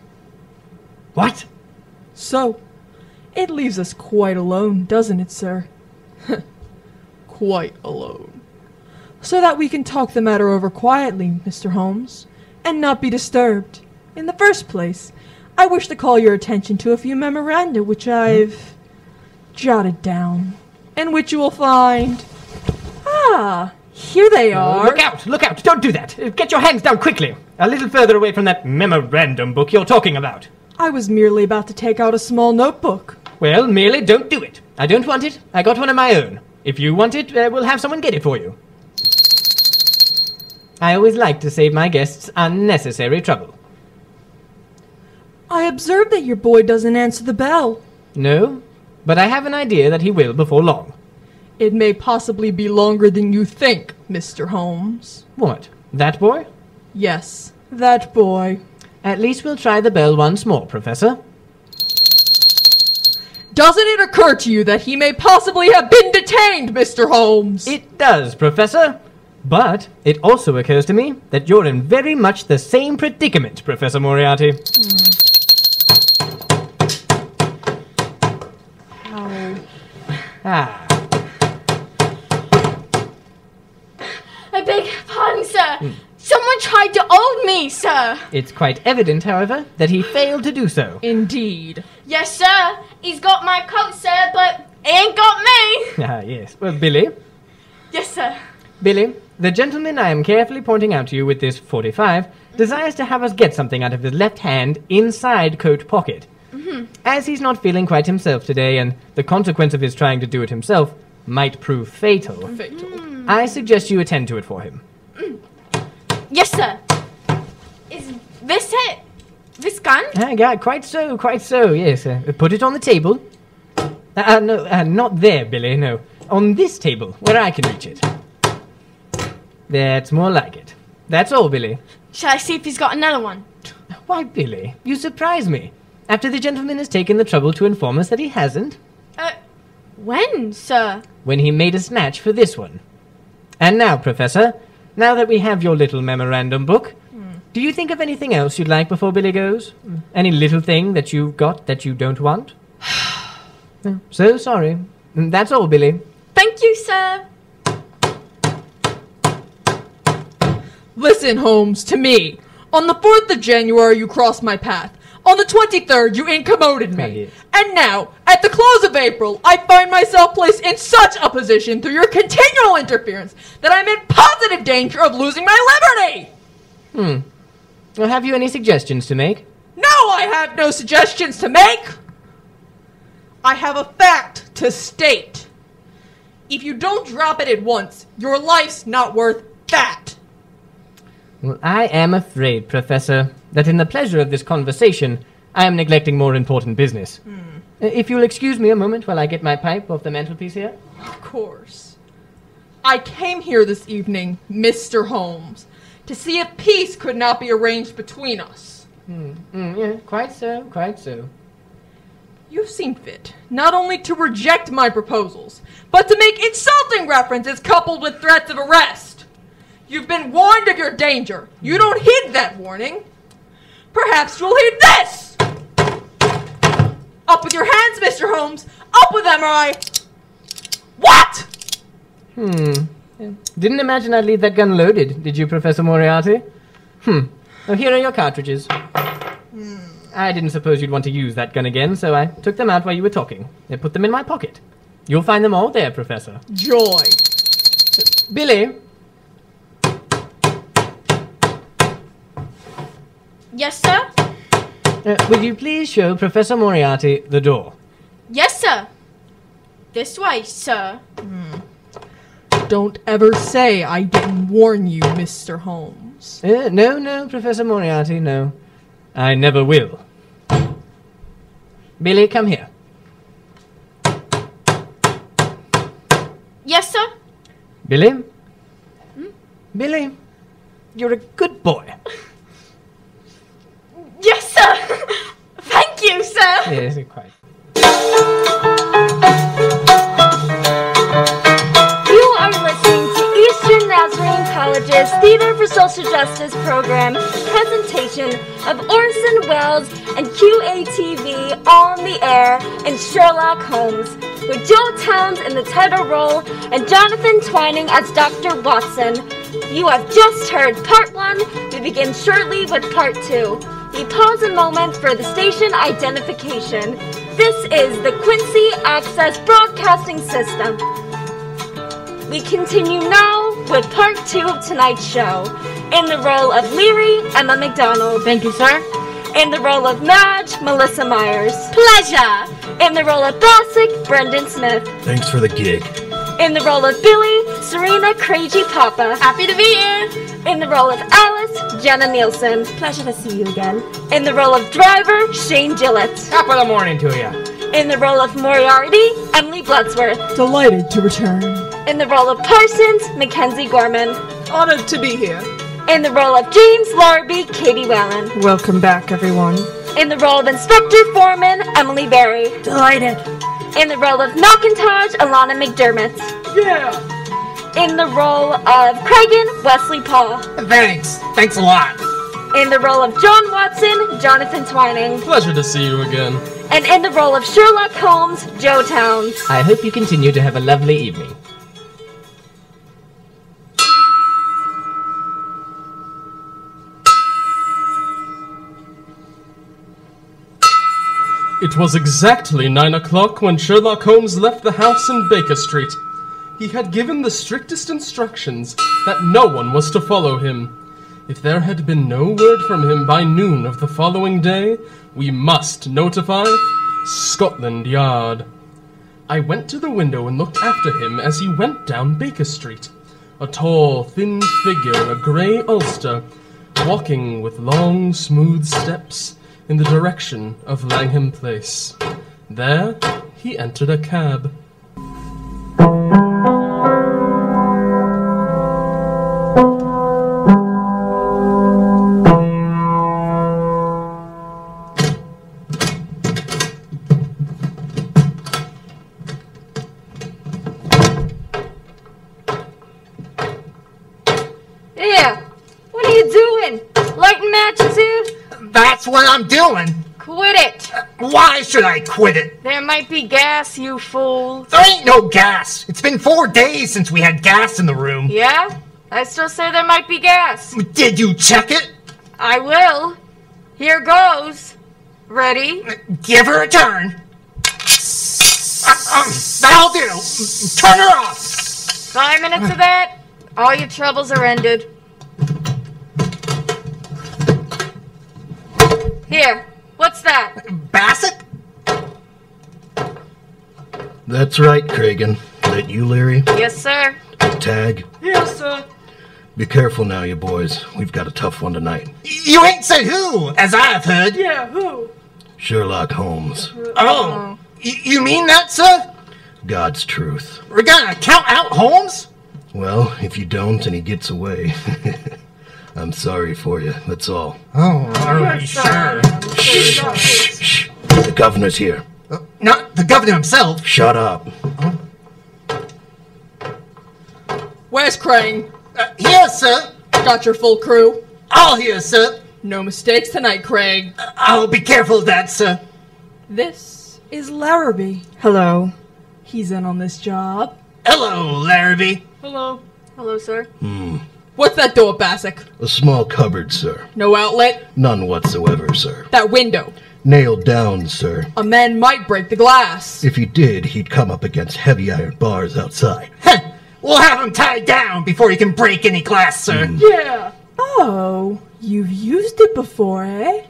[SPEAKER 7] What?
[SPEAKER 10] So, it leaves us quite alone, doesn't it, sir? quite alone. So that we can talk the matter over quietly, Mr. Holmes, and not be disturbed. In the first place, I wish to call your attention to a few memoranda which I've jotted down, and which you will find. Ah, here they
[SPEAKER 7] Oh,
[SPEAKER 10] are.
[SPEAKER 7] Look out! Look out! Don't do that! Uh, Get your hands down quickly! A little further away from that memorandum book you're talking about.
[SPEAKER 10] I was merely about to take out a small notebook.
[SPEAKER 7] Well, merely don't do it. I don't want it. I got one of my own. If you want it, uh, we'll have someone get it for you. I always like to save my guests unnecessary trouble.
[SPEAKER 10] I observe that your boy doesn't answer the bell.
[SPEAKER 7] No, but I have an idea that he will before long.
[SPEAKER 10] It may possibly be longer than you think, Mr. Holmes.
[SPEAKER 7] What? That boy?
[SPEAKER 10] Yes, that boy.
[SPEAKER 7] At least we'll try the bell once more, Professor.
[SPEAKER 10] Doesn't it occur to you that he may possibly have been detained, Mr. Holmes?
[SPEAKER 7] It does, Professor. But it also occurs to me that you're in very much the same predicament, Professor Moriarty.
[SPEAKER 12] Hmm.
[SPEAKER 7] Ah,
[SPEAKER 9] I beg your pardon, sir.
[SPEAKER 7] Hmm.
[SPEAKER 9] Someone tried to old me, sir.
[SPEAKER 7] it's quite evident, however, that he failed to do so.
[SPEAKER 10] Indeed.
[SPEAKER 9] Yes, sir. He's got my coat, sir, but he ain't got me.
[SPEAKER 7] Ah, yes. Well, Billy,
[SPEAKER 9] Yes, sir.
[SPEAKER 7] Billy, the gentleman I am carefully pointing out to you with this 45 desires to have us get something out of his left hand inside coat pocket. As he's not feeling quite himself today, and the consequence of his trying to do it himself might prove fatal,
[SPEAKER 10] Fatal.
[SPEAKER 9] Hmm.
[SPEAKER 7] I suggest you attend to it for him.
[SPEAKER 9] Yes, sir. Is this it? This gun?
[SPEAKER 7] Ah, yeah, quite so, quite so, yes. Uh, put it on the table. Uh, uh, no, uh, not there, Billy, no. On this table, where I can reach it. That's more like it. That's all, Billy.
[SPEAKER 9] Shall I see if he's got another one?
[SPEAKER 7] Why, Billy, you surprise me. After the gentleman has taken the trouble to inform us that he hasn't,
[SPEAKER 9] Uh, when, sir?
[SPEAKER 7] when he made a snatch for this one. And now, Professor, now that we have your little memorandum book, do you think of anything else you'd like before Billy goes? Any little thing that you've got that you don't want? Oh, so sorry. Mm, That's all, Billy.
[SPEAKER 9] Thank you, sir.
[SPEAKER 10] Listen, Holmes, to me. On the 4th of January, you crossed my path. On the 23rd, you incommoded me.
[SPEAKER 7] Idiot.
[SPEAKER 10] And now, at the close of April, I find myself placed in such a position through your continual interference that I'm in positive danger of losing my liberty!
[SPEAKER 7] Hmm. Well, have you any suggestions to make?
[SPEAKER 10] No, I have no suggestions to make. I have a fact to state. If you don't drop it at once, your life's not worth that.
[SPEAKER 7] Well, I am afraid, Professor, that in the pleasure of this conversation, I am neglecting more important business. Uh, If you'll excuse me a moment while I get my pipe off the mantelpiece here.
[SPEAKER 10] Of course. I came here this evening, Mr. Holmes, to see if peace could not be arranged between us.
[SPEAKER 7] Hmm, mm, yeah, quite so, quite so.
[SPEAKER 10] You've seen fit not only to reject my proposals, but to make insulting references coupled with threats of arrest. You've been warned of your danger. You don't heed that warning. Perhaps you'll heed this! Up with your hands, Mr. Holmes! Up with them, or I. What?
[SPEAKER 7] Hmm. Didn't imagine I'd leave that gun loaded, did you, Professor Moriarty? Hmm. Oh, here are your cartridges.
[SPEAKER 10] Hmm.
[SPEAKER 7] I didn't suppose you'd want to use that gun again, so I took them out while you were talking and put them in my pocket. You'll find them all there, Professor.
[SPEAKER 10] Joy.
[SPEAKER 7] Billy,
[SPEAKER 9] Yes, sir.
[SPEAKER 7] uh, will you please show Professor Moriarty the door?
[SPEAKER 9] Yes, sir. This way, sir.
[SPEAKER 10] Don't ever say I didn't warn you, Mr. Holmes.
[SPEAKER 7] Uh, no, no, Professor Moriarty, no. I never will. Billy, come here.
[SPEAKER 9] Yes, sir.
[SPEAKER 7] Billy? Billy, you're a good boy.
[SPEAKER 9] Yes, sir. Thank you, sir.
[SPEAKER 7] yes, quite.
[SPEAKER 1] You are listening to Eastern Nazarene College's Theater for Social Justice program presentation of Orson Welles and QATV on the air and Sherlock Holmes, with Joe Towns in the title role and Jonathan Twining as Dr. Watson. You have just heard part one. We begin shortly with part two. We pause a moment for the station identification. This is the Quincy Access Broadcasting System. We continue now with part two of tonight's show. In the role of Leary, Emma McDonald. Thank you, sir. In the role of Madge, Melissa Myers. Pleasure. In the role of Bossick, Brendan Smith.
[SPEAKER 11] Thanks for the gig.
[SPEAKER 1] In the role of Billy, Serena Craigie Papa. Happy to be here. In the role of Alice, Jenna Nielsen. Pleasure to see you again. In the role of Driver, Shane Gillett.
[SPEAKER 7] Top of the morning to you.
[SPEAKER 1] In the role of Moriarty, Emily Bloodsworth.
[SPEAKER 10] Delighted to return.
[SPEAKER 1] In the role of Parsons, Mackenzie Gorman.
[SPEAKER 10] Honored to be here.
[SPEAKER 1] In the role of James Larby, Katie Wellen.
[SPEAKER 3] Welcome back, everyone.
[SPEAKER 1] In the role of Inspector Foreman, Emily Berry.
[SPEAKER 6] Delighted.
[SPEAKER 1] In the role of McIntosh, Alana McDermott. Yeah! In the role of Cragen, Wesley Paul.
[SPEAKER 5] Thanks. Thanks a lot.
[SPEAKER 1] In the role of John Watson, Jonathan Twining.
[SPEAKER 4] Pleasure to see you again.
[SPEAKER 1] And in the role of Sherlock Holmes, Joe Towns.
[SPEAKER 7] I hope you continue to have a lovely evening.
[SPEAKER 4] It was exactly nine o'clock when Sherlock Holmes left the house in Baker Street. He had given the strictest instructions that no one was to follow him. If there had been no word from him by noon of the following day, we must notify Scotland Yard. I went to the window and looked after him as he went down Baker Street. A tall, thin figure in a grey ulster, walking with long, smooth steps in the direction of Langham Place. There, he entered a cab.
[SPEAKER 8] Yeah. What are you doing? Lighting matches here?
[SPEAKER 5] That's what I'm doing.
[SPEAKER 8] Quit it.
[SPEAKER 5] Why should I quit it?
[SPEAKER 8] There might be gas, you fool.
[SPEAKER 5] There ain't no gas. It's been four days since we had gas in the room.
[SPEAKER 8] Yeah? I still say there might be gas.
[SPEAKER 5] Did you check it?
[SPEAKER 8] I will. Here goes. Ready?
[SPEAKER 5] Give her a turn. Uh, um, that'll do. Turn her off.
[SPEAKER 8] Five minutes of that, all your troubles are ended.
[SPEAKER 1] Here, what's that?
[SPEAKER 11] Bassett? That's right, Kragan. That you, Leary?
[SPEAKER 1] Yes, sir.
[SPEAKER 11] Tag.
[SPEAKER 3] Yes, sir.
[SPEAKER 11] Be careful now, you boys. We've got a tough one tonight.
[SPEAKER 13] You ain't said who, as I've heard.
[SPEAKER 3] Yeah, who?
[SPEAKER 11] Sherlock Holmes.
[SPEAKER 13] Oh, y- you mean that, sir?
[SPEAKER 11] God's truth.
[SPEAKER 13] We're gonna count out Holmes?
[SPEAKER 11] Well, if you don't and he gets away, I'm sorry for you. That's all.
[SPEAKER 13] Oh, are we sure?
[SPEAKER 11] The governor's here.
[SPEAKER 13] Not the governor himself.
[SPEAKER 11] Shut up.
[SPEAKER 10] Where's Krang?
[SPEAKER 13] Uh, here, sir.
[SPEAKER 10] Got your full crew?
[SPEAKER 13] All here, sir. Uh,
[SPEAKER 10] No mistakes tonight, Craig.
[SPEAKER 13] I'll be careful of that, sir.
[SPEAKER 10] This is Larrabee.
[SPEAKER 3] Hello.
[SPEAKER 10] He's in on this job.
[SPEAKER 13] Hello, Larrabee.
[SPEAKER 10] Hello. Hello, sir.
[SPEAKER 11] Hmm.
[SPEAKER 10] What's that door, Bassick?
[SPEAKER 11] A small cupboard, sir.
[SPEAKER 10] No outlet?
[SPEAKER 11] None whatsoever, sir.
[SPEAKER 10] That window.
[SPEAKER 11] Nailed down, sir.
[SPEAKER 10] A man might break the glass.
[SPEAKER 11] If he did, he'd come up against heavy iron bars outside.
[SPEAKER 13] We'll have him tied down before he can break any glass, sir.
[SPEAKER 10] Yeah. Oh, you've used it before, eh?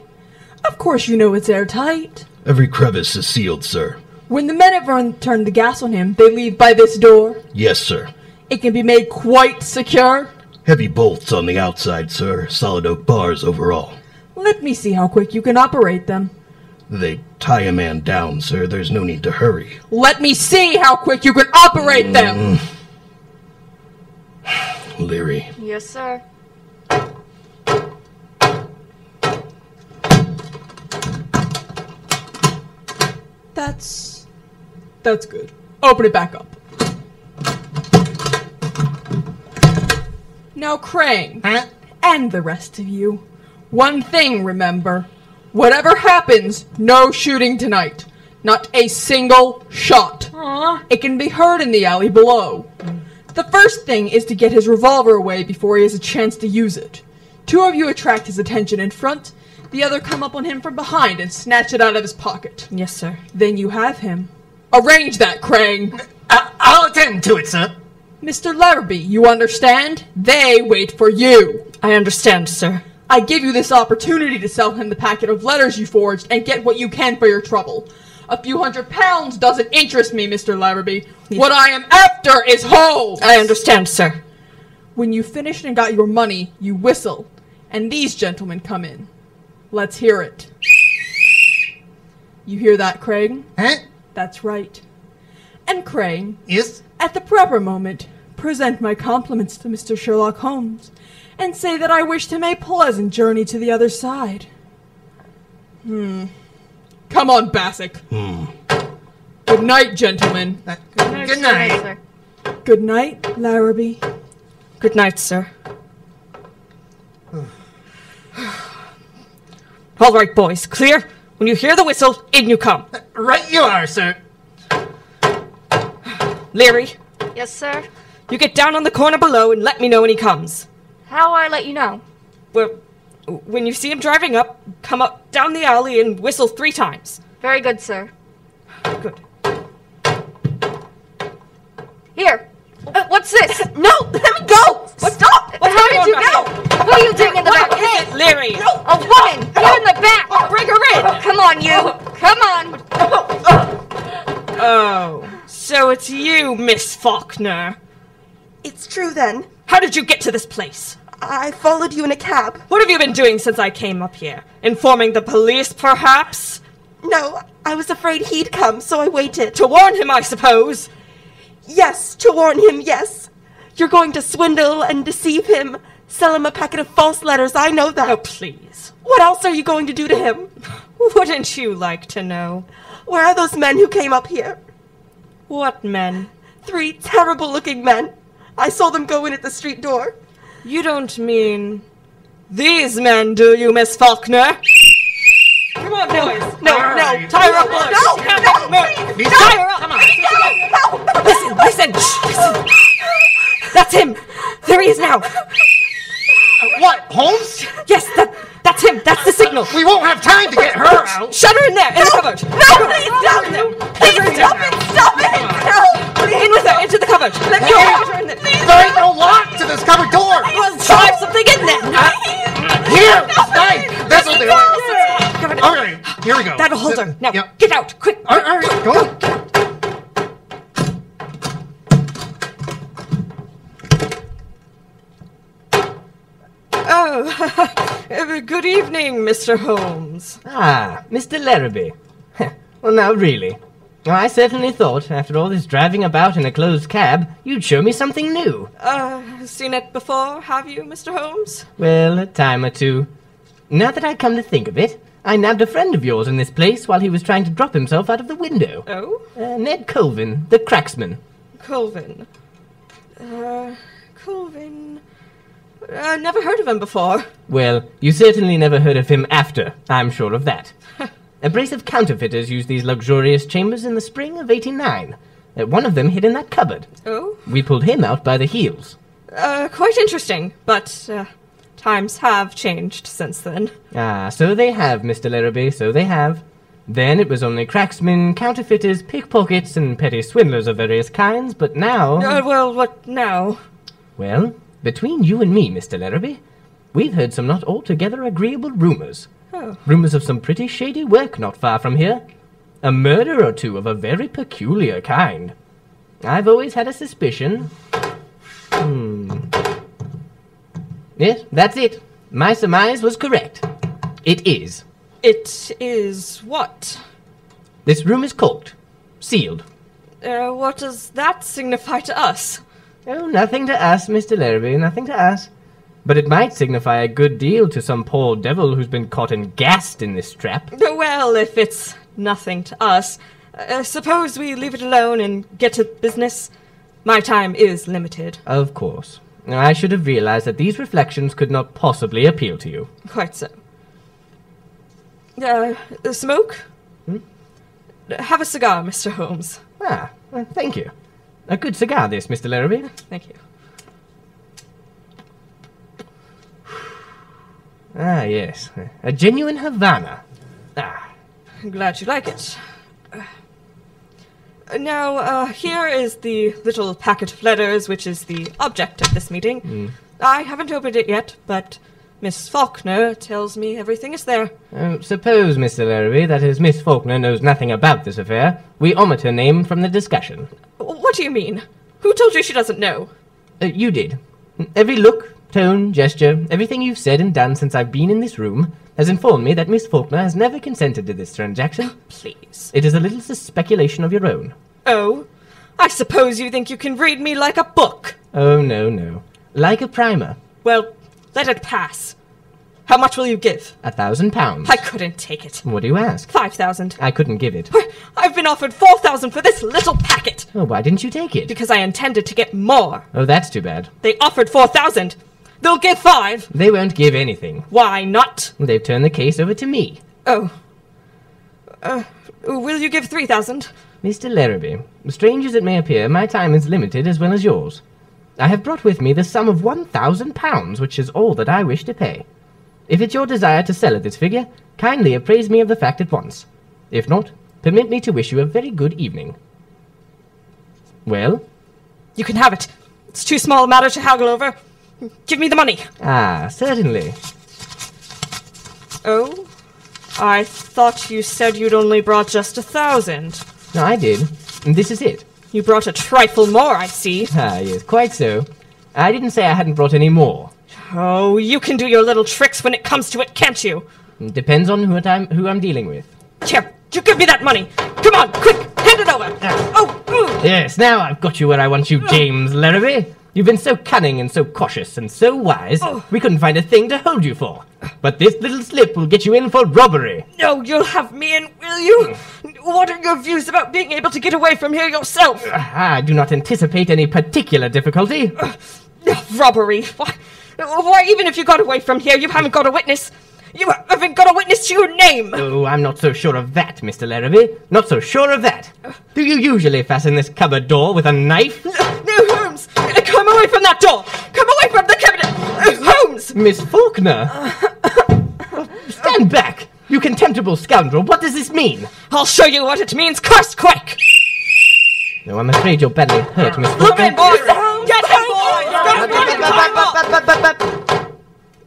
[SPEAKER 10] Of course you know it's airtight.
[SPEAKER 11] Every crevice is sealed, sir.
[SPEAKER 10] When the men have run, turned the gas on him, they leave by this door.
[SPEAKER 11] Yes, sir.
[SPEAKER 10] It can be made quite secure.
[SPEAKER 11] Heavy bolts on the outside, sir. Solid oak bars overall.
[SPEAKER 10] Let me see how quick you can operate them.
[SPEAKER 11] They tie a man down, sir. There's no need to hurry.
[SPEAKER 10] Let me see how quick you can operate them.
[SPEAKER 11] Hmm. Leary,
[SPEAKER 1] Yes, sir.
[SPEAKER 10] That's that's good. Open it back up. Now, Crane, and the rest of you, one thing remember: whatever happens, no shooting tonight. Not a single shot. It can be heard in the alley below. The first thing is to get his revolver away before he has a chance to use it. Two of you attract his attention in front, the other come up on him from behind and snatch it out of his pocket.
[SPEAKER 3] Yes, sir.
[SPEAKER 10] Then you have him. Arrange that, Krang.
[SPEAKER 13] I'll attend to it, sir.
[SPEAKER 10] Mr. Larrabee, you understand? They wait for you.
[SPEAKER 3] I understand, sir.
[SPEAKER 10] I give you this opportunity to sell him the packet of letters you forged and get what you can for your trouble. A few hundred pounds doesn't interest me, Mr. Larrabee. What I am after is Holmes.
[SPEAKER 3] I understand, sir.
[SPEAKER 10] When you finished and got your money, you whistle, and these gentlemen come in. Let's hear it. You hear that, Craig?
[SPEAKER 13] Huh?
[SPEAKER 10] That's right. And Crane,
[SPEAKER 13] Yes?
[SPEAKER 10] at the proper moment, present my compliments to Mr. Sherlock Holmes and say that I wished him a pleasant journey to the other side. Hmm. Come on, Bassick.
[SPEAKER 11] Hmm.
[SPEAKER 10] Good night, gentlemen. Good
[SPEAKER 13] night, Uh, Good night. sir.
[SPEAKER 10] Good night, Larrabee.
[SPEAKER 3] Good night, sir. All right, boys, clear? When you hear the whistle, in you come.
[SPEAKER 13] Right you are, sir.
[SPEAKER 3] Leary,
[SPEAKER 1] Yes, sir.
[SPEAKER 3] you get down on the corner below and let me know when he comes.
[SPEAKER 1] How I let you know?
[SPEAKER 3] Well, when you see him driving up, come up down the alley and whistle three times.
[SPEAKER 1] Very good, sir.
[SPEAKER 3] Good.
[SPEAKER 1] Here. Uh, what's this? No, let me go. Stop. How did you go? What are you doing in the back?
[SPEAKER 3] What is it, Larry?
[SPEAKER 1] A woman. You're in the back.
[SPEAKER 3] bring her in.
[SPEAKER 1] Come on, you. Come on.
[SPEAKER 3] Oh, so it's you, Miss Faulkner.
[SPEAKER 14] It's true then.
[SPEAKER 3] How did you get to this place?
[SPEAKER 14] I followed you in a cab.
[SPEAKER 3] What have you been doing since I came up here? Informing the police, perhaps?
[SPEAKER 14] No, I was afraid he'd come, so I waited.
[SPEAKER 3] To warn him, I suppose.
[SPEAKER 14] Yes, to warn him, yes. You're going to swindle and deceive him. Sell him a packet of false letters, I know that.
[SPEAKER 3] Oh, please.
[SPEAKER 14] What else are you going to do to him?
[SPEAKER 3] Wouldn't you like to know?
[SPEAKER 14] Where are those men who came up here?
[SPEAKER 3] What men?
[SPEAKER 14] Three terrible looking men. I saw them go in at the street door.
[SPEAKER 3] You don't mean these men, do you, Miss Faulkner? Come on, boys.
[SPEAKER 14] No, no,
[SPEAKER 3] Tie her up, boys.
[SPEAKER 14] No,
[SPEAKER 3] Come
[SPEAKER 14] no,
[SPEAKER 3] on, move.
[SPEAKER 14] please,
[SPEAKER 3] Tie
[SPEAKER 14] no,
[SPEAKER 3] her up.
[SPEAKER 14] come on. Please,
[SPEAKER 3] Listen, listen, shh, listen. That's him. There he is now.
[SPEAKER 13] What, Holmes?
[SPEAKER 3] Yes, that, that's him. That's the signal.
[SPEAKER 13] We won't have time to get her out.
[SPEAKER 3] Shut her in there, in the cupboard.
[SPEAKER 14] No, please, stop it! Please, stop it! Stop it! No!
[SPEAKER 3] In with her, into the cupboard. Let me
[SPEAKER 13] Hey.
[SPEAKER 3] her in there.
[SPEAKER 13] There ain't no lock to this cupboard door. Uh,
[SPEAKER 3] Well, drive something in there.
[SPEAKER 13] Here, knife. This'll do it.
[SPEAKER 3] Come on,
[SPEAKER 13] here we go.
[SPEAKER 14] That'll hold her. Now, get out, quick.
[SPEAKER 13] All right, all right, go.
[SPEAKER 3] Oh, good evening, Mr. Holmes.
[SPEAKER 7] Ah, Mr. Larrabee. Heh, well, now, really. I certainly thought, after all this driving about in a closed cab, you'd show me something new.
[SPEAKER 3] Uh, seen it before, have you, Mr. Holmes?
[SPEAKER 7] Well, a time or two. Now that I come to think of it, I nabbed a friend of yours in this place while he was trying to drop himself out of the window.
[SPEAKER 3] Oh?
[SPEAKER 7] Uh, Ned Colvin, the cracksman.
[SPEAKER 3] Colvin. Uh, Colvin. Uh, never heard of him before.
[SPEAKER 7] Well, you certainly never heard of him after, I'm sure of that. a brace of counterfeiters used these luxurious chambers in the spring of 89. Uh, one of them hid in that cupboard.
[SPEAKER 3] Oh?
[SPEAKER 7] We pulled him out by the heels.
[SPEAKER 3] Uh, quite interesting, but uh, times have changed since then.
[SPEAKER 7] Ah, so they have, Mr. Larrabee, so they have. Then it was only cracksmen, counterfeiters, pickpockets, and petty swindlers of various kinds, but now.
[SPEAKER 3] Uh, well, what now?
[SPEAKER 7] Well, between you and me, Mr. Larrabee, we've heard some not altogether agreeable rumours.
[SPEAKER 3] Oh.
[SPEAKER 7] Rumours of some pretty shady work not far from here. A murder or two of a very peculiar kind. I've always had a suspicion. Hmm. Yes, that's it. My surmise was correct. It is.
[SPEAKER 3] It is what?
[SPEAKER 7] This room is corked, sealed.
[SPEAKER 3] Uh, what does that signify to us?
[SPEAKER 7] Oh, nothing to us, Mr. Larrabee, nothing to us. But it might signify a good deal to some poor devil who's been caught and gassed in this trap.
[SPEAKER 3] Well, if it's nothing to us, uh, suppose we leave it alone and get to business. My time is limited.
[SPEAKER 7] Of course. I should have realized that these reflections could not possibly appeal to you.
[SPEAKER 3] Quite so. Uh, uh, smoke? Have a cigar, Mr. Holmes.
[SPEAKER 7] Ah, Hmm? well, thank you. A good cigar, this, Mr. Larrabee.
[SPEAKER 3] Thank you.
[SPEAKER 7] Ah, yes. A genuine Havana. Ah,
[SPEAKER 3] I'm glad you like it. Uh, Now, uh, here is the little packet of letters, which is the object of this meeting.
[SPEAKER 7] Mm.
[SPEAKER 3] I haven't opened it yet, but Miss Faulkner tells me everything is there.
[SPEAKER 7] Uh, suppose, Mr. Larrabee, that as Miss Faulkner knows nothing about this affair, we omit her name from the discussion.
[SPEAKER 3] W- What do you mean? Who told you she doesn't know?
[SPEAKER 7] Uh, you did. Every look, tone, gesture, everything you've said and done since I've been in this room has informed me that Miss Faulkner has never consented to this transaction.
[SPEAKER 3] Please.
[SPEAKER 7] It is a little speculation of your own.
[SPEAKER 3] Oh, I suppose you think you can read me like a book.
[SPEAKER 7] Oh, no, no. Like a primer.
[SPEAKER 3] Well, let it pass. How much will you give?
[SPEAKER 7] A thousand pounds.
[SPEAKER 3] I couldn't take it.
[SPEAKER 7] What do you ask?
[SPEAKER 3] Five thousand.
[SPEAKER 7] I couldn't give it.
[SPEAKER 3] I've been offered four thousand for this little packet
[SPEAKER 7] Oh, why didn't you take it?
[SPEAKER 3] because I intended to get more.
[SPEAKER 7] Oh, that's too bad.
[SPEAKER 3] They offered four thousand. They'll give five.
[SPEAKER 7] They won't give anything.
[SPEAKER 3] Why not?
[SPEAKER 7] They've turned the case over to me.
[SPEAKER 3] Oh. Uh, will you give three thousand?
[SPEAKER 7] Mr. Larrabee, strange as it may appear, my time is limited as well as yours. I have brought with me the sum of one thousand pounds, which is all that I wish to pay. If it's your desire to sell at this figure, kindly appraise me of the fact at once. If not, permit me to wish you a very good evening. Well,
[SPEAKER 3] You can have it. It's too small a matter to haggle over. Give me the money.
[SPEAKER 7] ah, certainly.
[SPEAKER 3] Oh, I thought you said you'd only brought just a thousand.
[SPEAKER 7] No, I did. This is it.
[SPEAKER 3] You brought a trifle more, I see.
[SPEAKER 7] Ah, yes, quite so. I didn't say I hadn't brought any more.
[SPEAKER 3] Oh, you can do your little tricks when it comes to it, can't you?
[SPEAKER 7] Depends on who I'm who I'm dealing with.
[SPEAKER 3] Here, you give me that money. Come on, quick, hand it over. Oh, mm.
[SPEAKER 7] Ah.
[SPEAKER 3] Ah.
[SPEAKER 7] Yes, now I've got you where I want you, James Larrabee. You've been so cunning and so cautious and so wise,
[SPEAKER 3] Oh.
[SPEAKER 7] we couldn't find a thing to hold you for. But this little slip will get you in for robbery.
[SPEAKER 3] no, Oh, you'll have me in, will you? What are your views about being able to get away from here yourself?
[SPEAKER 7] I Ah, do not anticipate any particular difficulty.
[SPEAKER 3] Ugh, Robbery. Why, why, even if you got away from here, you haven't got a witness. You haven't got a witness to your name.
[SPEAKER 7] Oh, I'm not so sure of that, Mr. Larrabee. Not so sure of that. Do you usually fasten this cupboard door with a knife?
[SPEAKER 3] No, Holmes, come away from that door. Come away from the cabinet. Uh, Holmes,
[SPEAKER 7] Miss Faulkner! Stand back! You contemptible scoundrel, what does this mean?
[SPEAKER 3] I'll show you what it means. Curse quick.
[SPEAKER 7] No, I'm afraid you're badly hurt, Miss
[SPEAKER 3] Look
[SPEAKER 7] Faulkner.
[SPEAKER 3] at boy. Get him, boy. Get him, boy.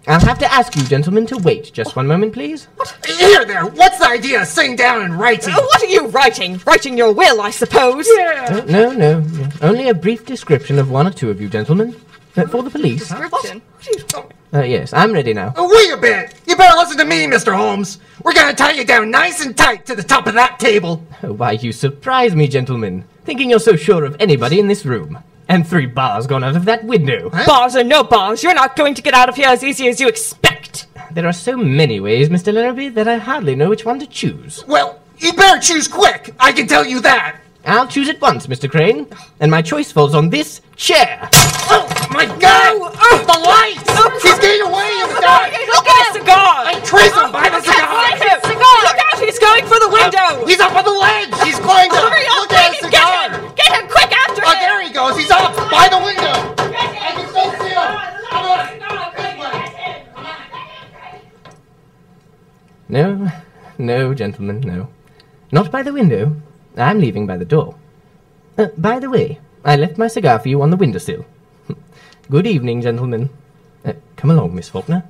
[SPEAKER 7] I'll have to ask you, gentlemen, to wait just one moment, please.
[SPEAKER 13] Here there, what's the idea of sitting down and writing?
[SPEAKER 3] Uh, What are you writing? Writing your will, I suppose.
[SPEAKER 7] Yeah. Uh, No, no, no. Only a brief description of one or two of you, gentlemen. Uh, for the police. Uh, yes, I'm ready now.
[SPEAKER 13] Oh, wait a bit! You better listen to me, Mr. Holmes! We're gonna tie you down nice and tight to the top of that table!
[SPEAKER 7] Oh, Why, you surprise me, gentlemen. Thinking you're so sure of anybody in this room. And three bars gone out of that window.
[SPEAKER 3] Bars or no bars, you're not going to get out of here as easy as you expect.
[SPEAKER 7] There are so many ways, Mr. Larrabee, that I hardly know which one to choose.
[SPEAKER 13] Well, you better choose quick! I can tell you that!
[SPEAKER 7] I'll choose at once, Mr. Crane, and my choice falls on this chair.
[SPEAKER 13] My god!
[SPEAKER 14] Oh!
[SPEAKER 13] the lights! He's getting away with that!
[SPEAKER 3] Look at the cigar!
[SPEAKER 13] I trace him by the cigar! Oh,
[SPEAKER 3] Look out, he's going for the window!
[SPEAKER 13] He's up on the ledge! He's going to look at his cigar! Get him!
[SPEAKER 8] quick after
[SPEAKER 13] Oh, there he goes! He's up by the window! I can still see him! Come on!
[SPEAKER 7] No, no, gentlemen, no. Not by the window. I'm leaving by the door. Uh, by the way, I left my cigar for you on the windowsill. Good evening, gentlemen. Uh, come along, Miss Faulkner.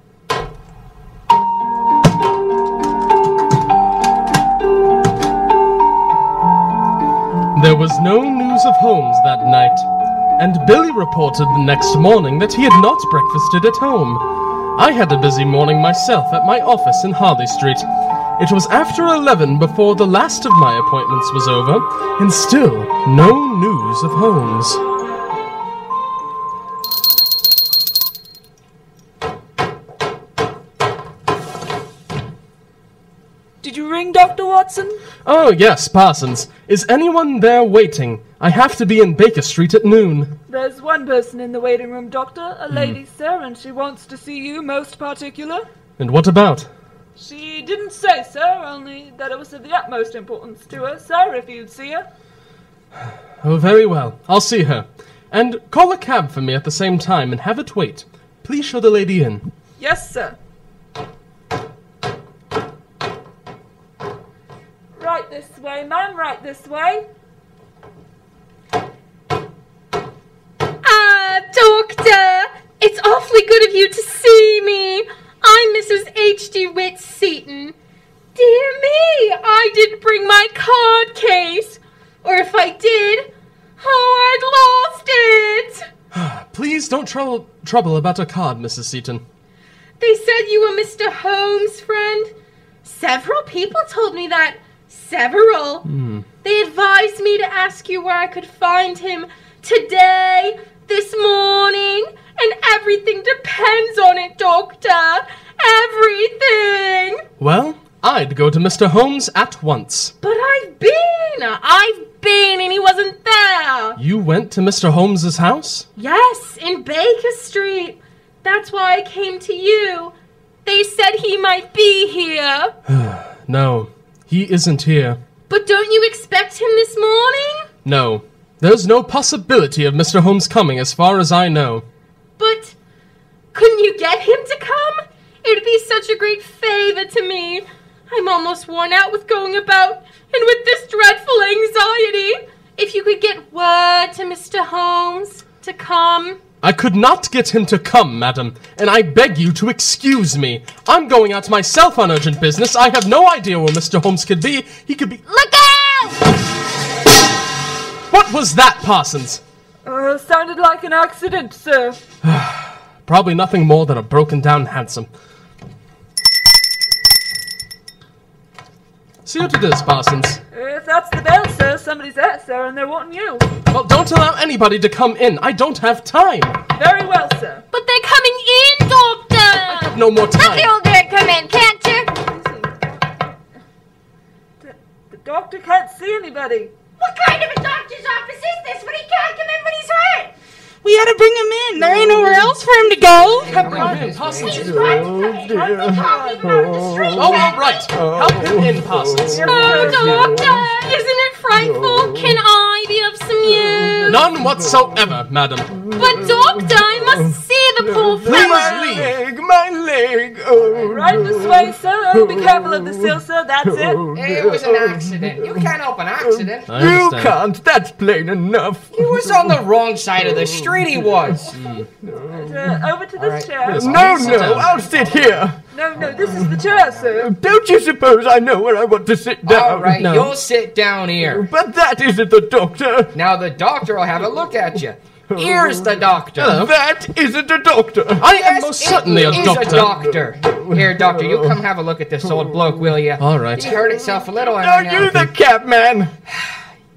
[SPEAKER 4] There was no news of Holmes that night, and Billy reported the next morning that he had not breakfasted at home. I had a busy morning myself at my office in Harley Street. It was after 11 before the last of my appointments was over, and still no news of Holmes.
[SPEAKER 3] Did you ring Dr. Watson?
[SPEAKER 4] Oh, yes, Parsons. Is anyone there waiting? I have to be in Baker Street at noon.
[SPEAKER 12] There's one person in the waiting room, Doctor, a lady, sir, and she wants to see you most particular.
[SPEAKER 4] And what about?
[SPEAKER 12] She didn't say, sir, only that it was of the utmost importance to her, sir, if you'd see her.
[SPEAKER 4] Oh, very well. I'll see her. And call a cab for me at the same time and have it wait. Please show the lady in.
[SPEAKER 12] Yes, sir. Right this way, ma'am, right this way.
[SPEAKER 8] Ah, Doctor! It's awfully good of you to see me. I'm Mrs. H.D. Witt Seaton. Dear me, I didn't bring my card case. Or if I did, oh, I'd lost it.
[SPEAKER 4] Please don't trouble trouble about a card, Mrs. Seaton.
[SPEAKER 2] They said you were Mr. Holmes' friend. Several people told me that. Several.
[SPEAKER 4] Hmm.
[SPEAKER 2] They advised me to ask you where I could find him today, this morning, and everything depends on it, Doctor. Everything.
[SPEAKER 4] Well, I'd go to Mr. Holmes at once.
[SPEAKER 2] But I've been. I've been, and he wasn't there.
[SPEAKER 4] You went to Mr. Holmes's house?
[SPEAKER 2] Yes, in Baker Street. That's why I came to you. They said he might be here.
[SPEAKER 4] No, he isn't here.
[SPEAKER 2] But don't you expect him this morning?
[SPEAKER 4] No. There's no possibility of Mr. Holmes coming as far as I know.
[SPEAKER 2] But couldn't you get him to come? It'd be such a great favor to me. I'm almost worn out with going about and with this dreadful anxiety. If you could get word to Mr. Holmes to come.
[SPEAKER 4] I could not get him to come, madam, and I beg you to excuse me. I'm going out myself on urgent business. I have no idea where Mr. Holmes could be. He could be.
[SPEAKER 12] Look out!
[SPEAKER 4] What was that, Parsons?
[SPEAKER 12] Uh, sounded like an accident, sir.
[SPEAKER 4] Probably nothing more than a broken down hansom. See what it is, Parsons.
[SPEAKER 12] If that's the bell, sir, somebody's there, sir, and they're wanting you.
[SPEAKER 4] Well, don't allow anybody to come in. I don't have time.
[SPEAKER 12] Very well, sir.
[SPEAKER 8] But they're coming in, Doctor!
[SPEAKER 4] No more
[SPEAKER 8] Let the
[SPEAKER 4] time.
[SPEAKER 8] old man come in, can't you?
[SPEAKER 12] The doctor can't see anybody.
[SPEAKER 9] What kind of a doctor's office is this when he can't come in when he's hurt?
[SPEAKER 6] We had to bring him in. There ain't nowhere else for him to go.
[SPEAKER 4] Oh, dear. Oh, all right. Help him in, Parsons.
[SPEAKER 8] Oh, Doctor! Isn't it frightful? Can I be of some use?
[SPEAKER 4] None whatsoever, madam.
[SPEAKER 8] But, Doctor, I must see
[SPEAKER 1] the poor
[SPEAKER 12] Please
[SPEAKER 1] fellow.
[SPEAKER 12] leave.
[SPEAKER 13] Leg, my leg. Oh,
[SPEAKER 12] Right this way, sir. Oh, be careful of the sill, sir. That's it.
[SPEAKER 4] Oh,
[SPEAKER 5] It was an accident. You can't help an accident.
[SPEAKER 13] I You understand. can't. That's plain enough.
[SPEAKER 5] He was on the wrong side of the street. He was.
[SPEAKER 12] Uh, over to this chair.
[SPEAKER 13] No, no, I'll sit here.
[SPEAKER 12] No, no, this is the chair, sir.
[SPEAKER 13] Don't you suppose I know where I want to sit down?
[SPEAKER 5] All right, you'll sit down here.
[SPEAKER 13] But that isn't the doctor.
[SPEAKER 5] Now the doctor will have a look at you. Here's the doctor.
[SPEAKER 13] That isn't a doctor.
[SPEAKER 5] I am
[SPEAKER 13] most
[SPEAKER 5] it is a doctor. Here, doctor, you come have a look at this old bloke, will you?
[SPEAKER 4] All right.
[SPEAKER 5] He hurt itself a little.
[SPEAKER 13] Are you the cabman?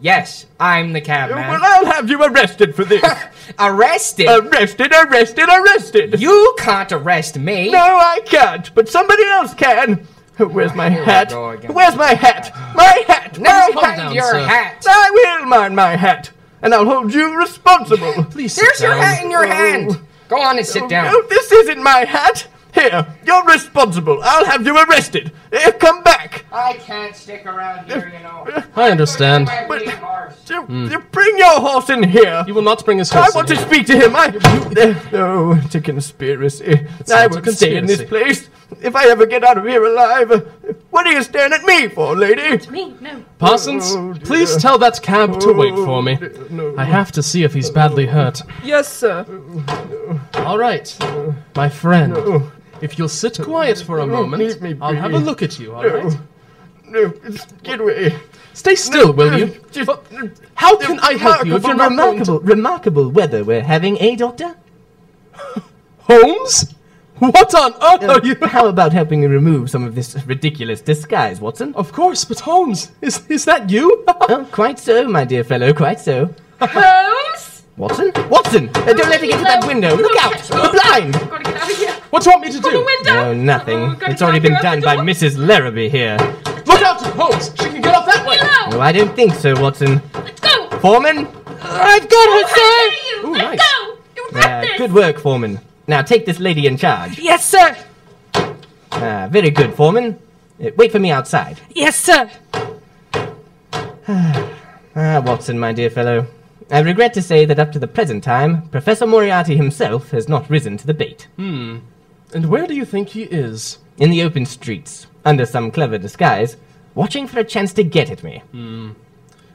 [SPEAKER 5] Yes, I'm the cabman.
[SPEAKER 13] Well, I'll have you arrested for this.
[SPEAKER 5] arrested?
[SPEAKER 13] Arrested, arrested, arrested.
[SPEAKER 5] You can't arrest me.
[SPEAKER 13] No, I can't, but somebody else can. Where's my
[SPEAKER 5] Oh, we
[SPEAKER 13] hat?
[SPEAKER 5] go again.
[SPEAKER 13] Where's my hat? My hat!
[SPEAKER 5] No,
[SPEAKER 13] Please
[SPEAKER 5] mind your hat.
[SPEAKER 13] I will mind my hat, and I'll hold you responsible. Please
[SPEAKER 5] There's your hat in your hand. Go on and sit down.
[SPEAKER 13] No, this isn't my hat. Here, you're responsible. I'll have you arrested. Here, come back.
[SPEAKER 5] I can't stick around here, you know.
[SPEAKER 4] I understand.
[SPEAKER 5] But
[SPEAKER 13] Bring your horse in here. You
[SPEAKER 4] will not bring his
[SPEAKER 13] I want to speak to him. I. No, it's a conspiracy. I
[SPEAKER 4] sounds a
[SPEAKER 13] won't stay in this
[SPEAKER 4] conspiracy.
[SPEAKER 13] place. If I ever get out of here alive, what are you staring at me for, lady? Oh,
[SPEAKER 1] Me, no.
[SPEAKER 4] Parsons, please tell that cab to wait for me. I have to see if he's badly hurt.
[SPEAKER 12] Yes, sir.
[SPEAKER 4] All right, my friend. If you'll sit quiet for
[SPEAKER 13] Oh,
[SPEAKER 4] a moment, I'll have a look at you, all right?
[SPEAKER 13] No, get away.
[SPEAKER 4] Stay still, will you? How can I help you if you're not
[SPEAKER 7] remarkable, remarkable weather we're having, eh, Doctor?
[SPEAKER 4] Holmes? What on earth are you?
[SPEAKER 7] Um, How about helping me remove some of this ridiculous disguise, Watson?
[SPEAKER 4] Of course, but Holmes, is, is that you?
[SPEAKER 7] oh, quite so, my dear fellow, quite so.
[SPEAKER 2] Holmes?
[SPEAKER 7] Watson? Watson! Uh, don't let her get to that window! Look out!
[SPEAKER 2] Oh,
[SPEAKER 7] The blind!
[SPEAKER 2] Gotta get out of here.
[SPEAKER 4] What do you want me to do?
[SPEAKER 7] No, nothing. It's already been done by Mrs. Larrabee here.
[SPEAKER 4] Look out, Holmes! She can get off that way!
[SPEAKER 7] Oh, I don't think so, Watson. Let's
[SPEAKER 2] go!
[SPEAKER 7] Foreman?
[SPEAKER 2] I've got her, sir!
[SPEAKER 7] Ooh, nice. Uh, good work, Foreman. Now take this lady in charge.
[SPEAKER 6] Yes, sir.
[SPEAKER 7] Ah, very good, Foreman. Uh, wait for me outside.
[SPEAKER 6] Yes, sir.
[SPEAKER 7] Ah, Watson, my dear fellow. I regret to say that up to the present time, Professor Moriarty himself has not risen to the bait.
[SPEAKER 4] Hmm. And where do you think he is?
[SPEAKER 7] In the open streets, under some clever disguise, watching for a chance to get at me.
[SPEAKER 4] Hmm.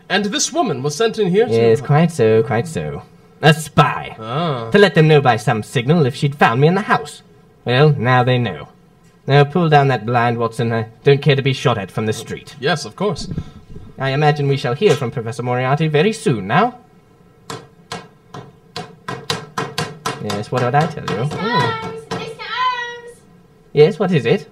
[SPEAKER 4] And this woman was sent in here to.
[SPEAKER 7] Yes, quite so, quite so. A spy.
[SPEAKER 4] Ah.
[SPEAKER 7] To let them know by some signal if she'd found me in the house. Well, now they know. Now pull down that blind, Watson. I don't care to be shot at from the street.
[SPEAKER 4] Yes, of course.
[SPEAKER 7] I imagine we shall hear from Professor Moriarty very soon now. Yes, what did I tell you? Oh. Yes, what is it?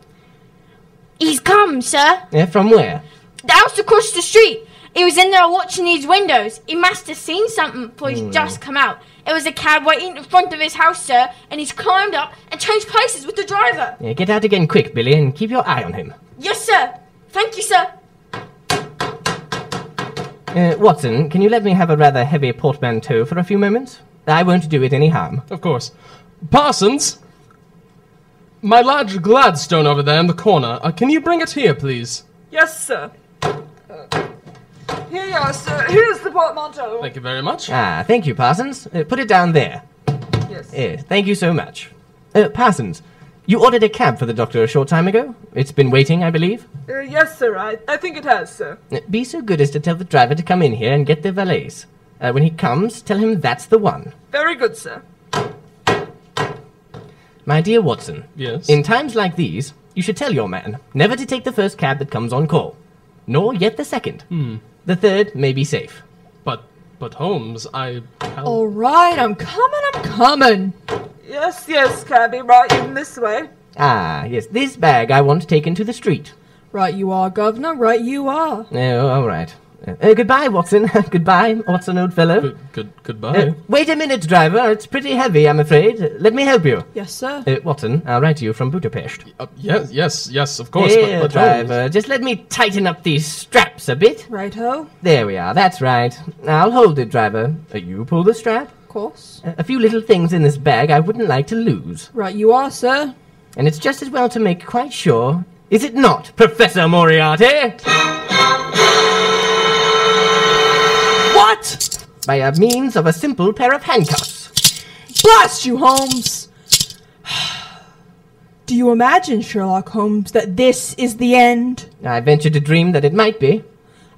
[SPEAKER 9] He's come, sir.
[SPEAKER 7] Yeah, from where?
[SPEAKER 9] The house across the street. He was in there watching these windows. He must have seen something, for he's
[SPEAKER 7] Hmm.
[SPEAKER 9] just come out. It was a cab waiting in front of his house, sir, and he's climbed up and changed places with the driver.
[SPEAKER 7] Yeah, Uh, get out again quick, Billy, and keep your eye on him.
[SPEAKER 9] Yes, sir. Thank you, sir.
[SPEAKER 7] Uh, Watson, can you let me have a rather heavy portmanteau for a few moments? I won't do it any harm.
[SPEAKER 4] Of course. Parsons! My large Gladstone over there in the corner. Uh, can you bring it here, please?
[SPEAKER 12] Yes, sir. Uh, here you are, sir. Here's the portmanteau.
[SPEAKER 4] Thank you very much.
[SPEAKER 7] Ah, thank you, Parsons. Uh, put it down there.
[SPEAKER 12] Yes.
[SPEAKER 7] Yes, thank you so much. Uh, Parsons, you ordered a cab for the doctor a short time ago. It's been waiting, I believe.
[SPEAKER 12] Uh, yes, sir. I, I think it has, sir.
[SPEAKER 7] Uh, Be so good as to tell the driver to come in here and get the valets. Uh, when he comes, tell him that's the one.
[SPEAKER 12] Very good, sir.
[SPEAKER 7] My dear Watson.
[SPEAKER 4] Yes.
[SPEAKER 7] In times like these, you should tell your man never to take the first cab that comes on call, nor yet the second.
[SPEAKER 4] Hmm.
[SPEAKER 7] The third may be safe.
[SPEAKER 4] But, but Holmes, I. How...
[SPEAKER 10] All right, I'm coming. I'm coming.
[SPEAKER 12] Yes, yes, cabby. Right in this way.
[SPEAKER 7] Ah, yes, this bag I want taken to the street.
[SPEAKER 10] Right, you are, Governor. Right, you are.
[SPEAKER 7] Oh, all right. Uh, uh, goodbye, Watson. goodbye, Watson, old fellow. Good,
[SPEAKER 4] good, goodbye.
[SPEAKER 7] wait a minute, driver. It's pretty heavy, I'm afraid. Uh, Let me help you.
[SPEAKER 10] Yes, sir.
[SPEAKER 7] Uh, Watson, I'll write to you from Budapest.
[SPEAKER 4] Yes, yes, yes, of course.
[SPEAKER 7] Here,
[SPEAKER 4] but, but Holmes.
[SPEAKER 7] driver, just let me tighten up these straps a bit.
[SPEAKER 10] Right, ho.
[SPEAKER 7] There we are. That's right. I'll hold it, driver. Uh, you pull the strap.
[SPEAKER 10] Of course.
[SPEAKER 7] A a few little things in this bag I wouldn't like to lose.
[SPEAKER 10] Right, you are, sir.
[SPEAKER 7] And it's just as well to make quite sure. Is it not, Professor Moriarty? What? By a means of a simple pair of handcuffs.
[SPEAKER 10] Blast you, Holmes! Do you imagine, Sherlock Holmes, that this is the end?
[SPEAKER 7] I venture to dream that it might be.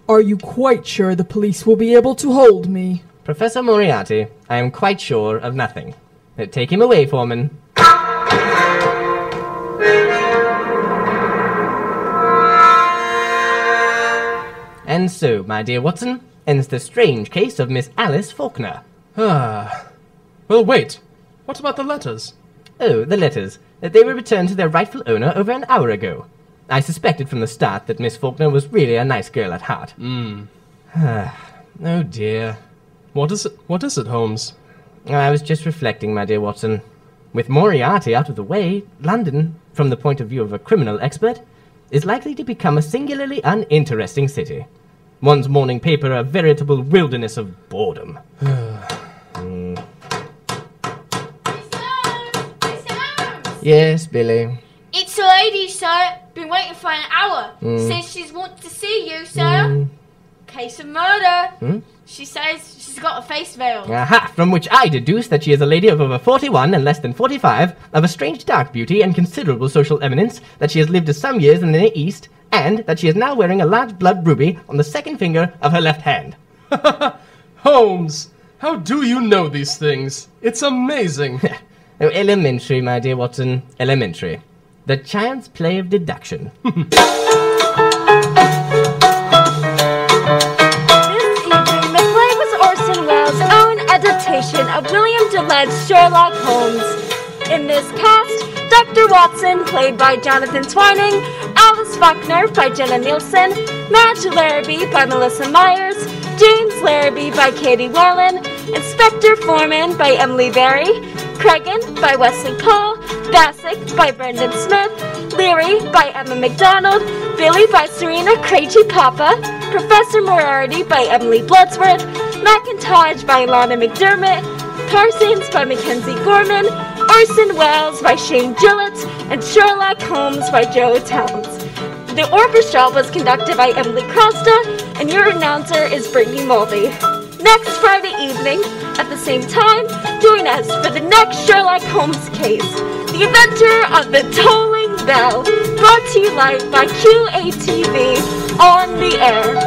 [SPEAKER 10] Are you quite sure the police will be able to hold me?
[SPEAKER 7] Professor Moriarty, I am quite sure of nothing. Uh, Take him away, Foreman. And so, my dear Watson, ends the strange case of Miss Alice Faulkner.
[SPEAKER 4] Ah. Well, wait. What about the letters?
[SPEAKER 7] Oh, the letters. That They were returned to their rightful owner over an hour ago. I suspected from the start that Miss Faulkner was really a nice girl at heart.
[SPEAKER 4] Hmm.
[SPEAKER 7] oh dear. What is it? What is it, Holmes? I was just reflecting, my dear Watson. With Moriarty out of the way, London, from the point of view of a criminal expert, is likely to become a singularly uninteresting city. One's morning paper a veritable wilderness of boredom. Hmm. Yes, Billy.
[SPEAKER 9] It's a lady, sir. Been waiting for an hour.
[SPEAKER 7] Mm.
[SPEAKER 9] Says she's wants to see you, sir. Case of murder.
[SPEAKER 7] Hmm?
[SPEAKER 9] She says she's got a face veil.
[SPEAKER 7] Aha, from which I deduce that she is a lady of over 41 and less than 45, of a strange dark beauty and considerable social eminence, that she has lived some years in the Near East, and that she is now wearing a large blood ruby on the second finger of her left hand.
[SPEAKER 4] Holmes, how do you know these things? It's amazing.
[SPEAKER 7] Oh, elementary, my dear Watson, elementary. The child's play of deduction.
[SPEAKER 1] evening, McRae was Orson Welles' own adaptation of William Gillette's Sherlock Holmes. In this cast, Dr. Watson, played by Jonathan Twining, Alice Faulkner by Jenna Nielsen, Madge Larrabee by Melissa Myers, James Larrabee by Katie Whelan, Inspector Foreman by Emily Berry, Cregan by Wesley Cole, Bassick by Brendan Smith, Leary by Emma McDonald, Billy by Serena Krejci Papa, Professor Moriarty by Emily Bloodsworth, McIntosh by Lana McDermott, Parsons by Mackenzie Gorman, Orson Welles by Shane Gillett, and Sherlock Holmes by Joe Towns. The orchestra was conducted by Emily Costa, and your announcer is Brittany Mulvey. Next Friday evening, at the same time, join us for the next Sherlock Holmes case The Adventure of the Tolling Bell, brought to you live by QATV on the air.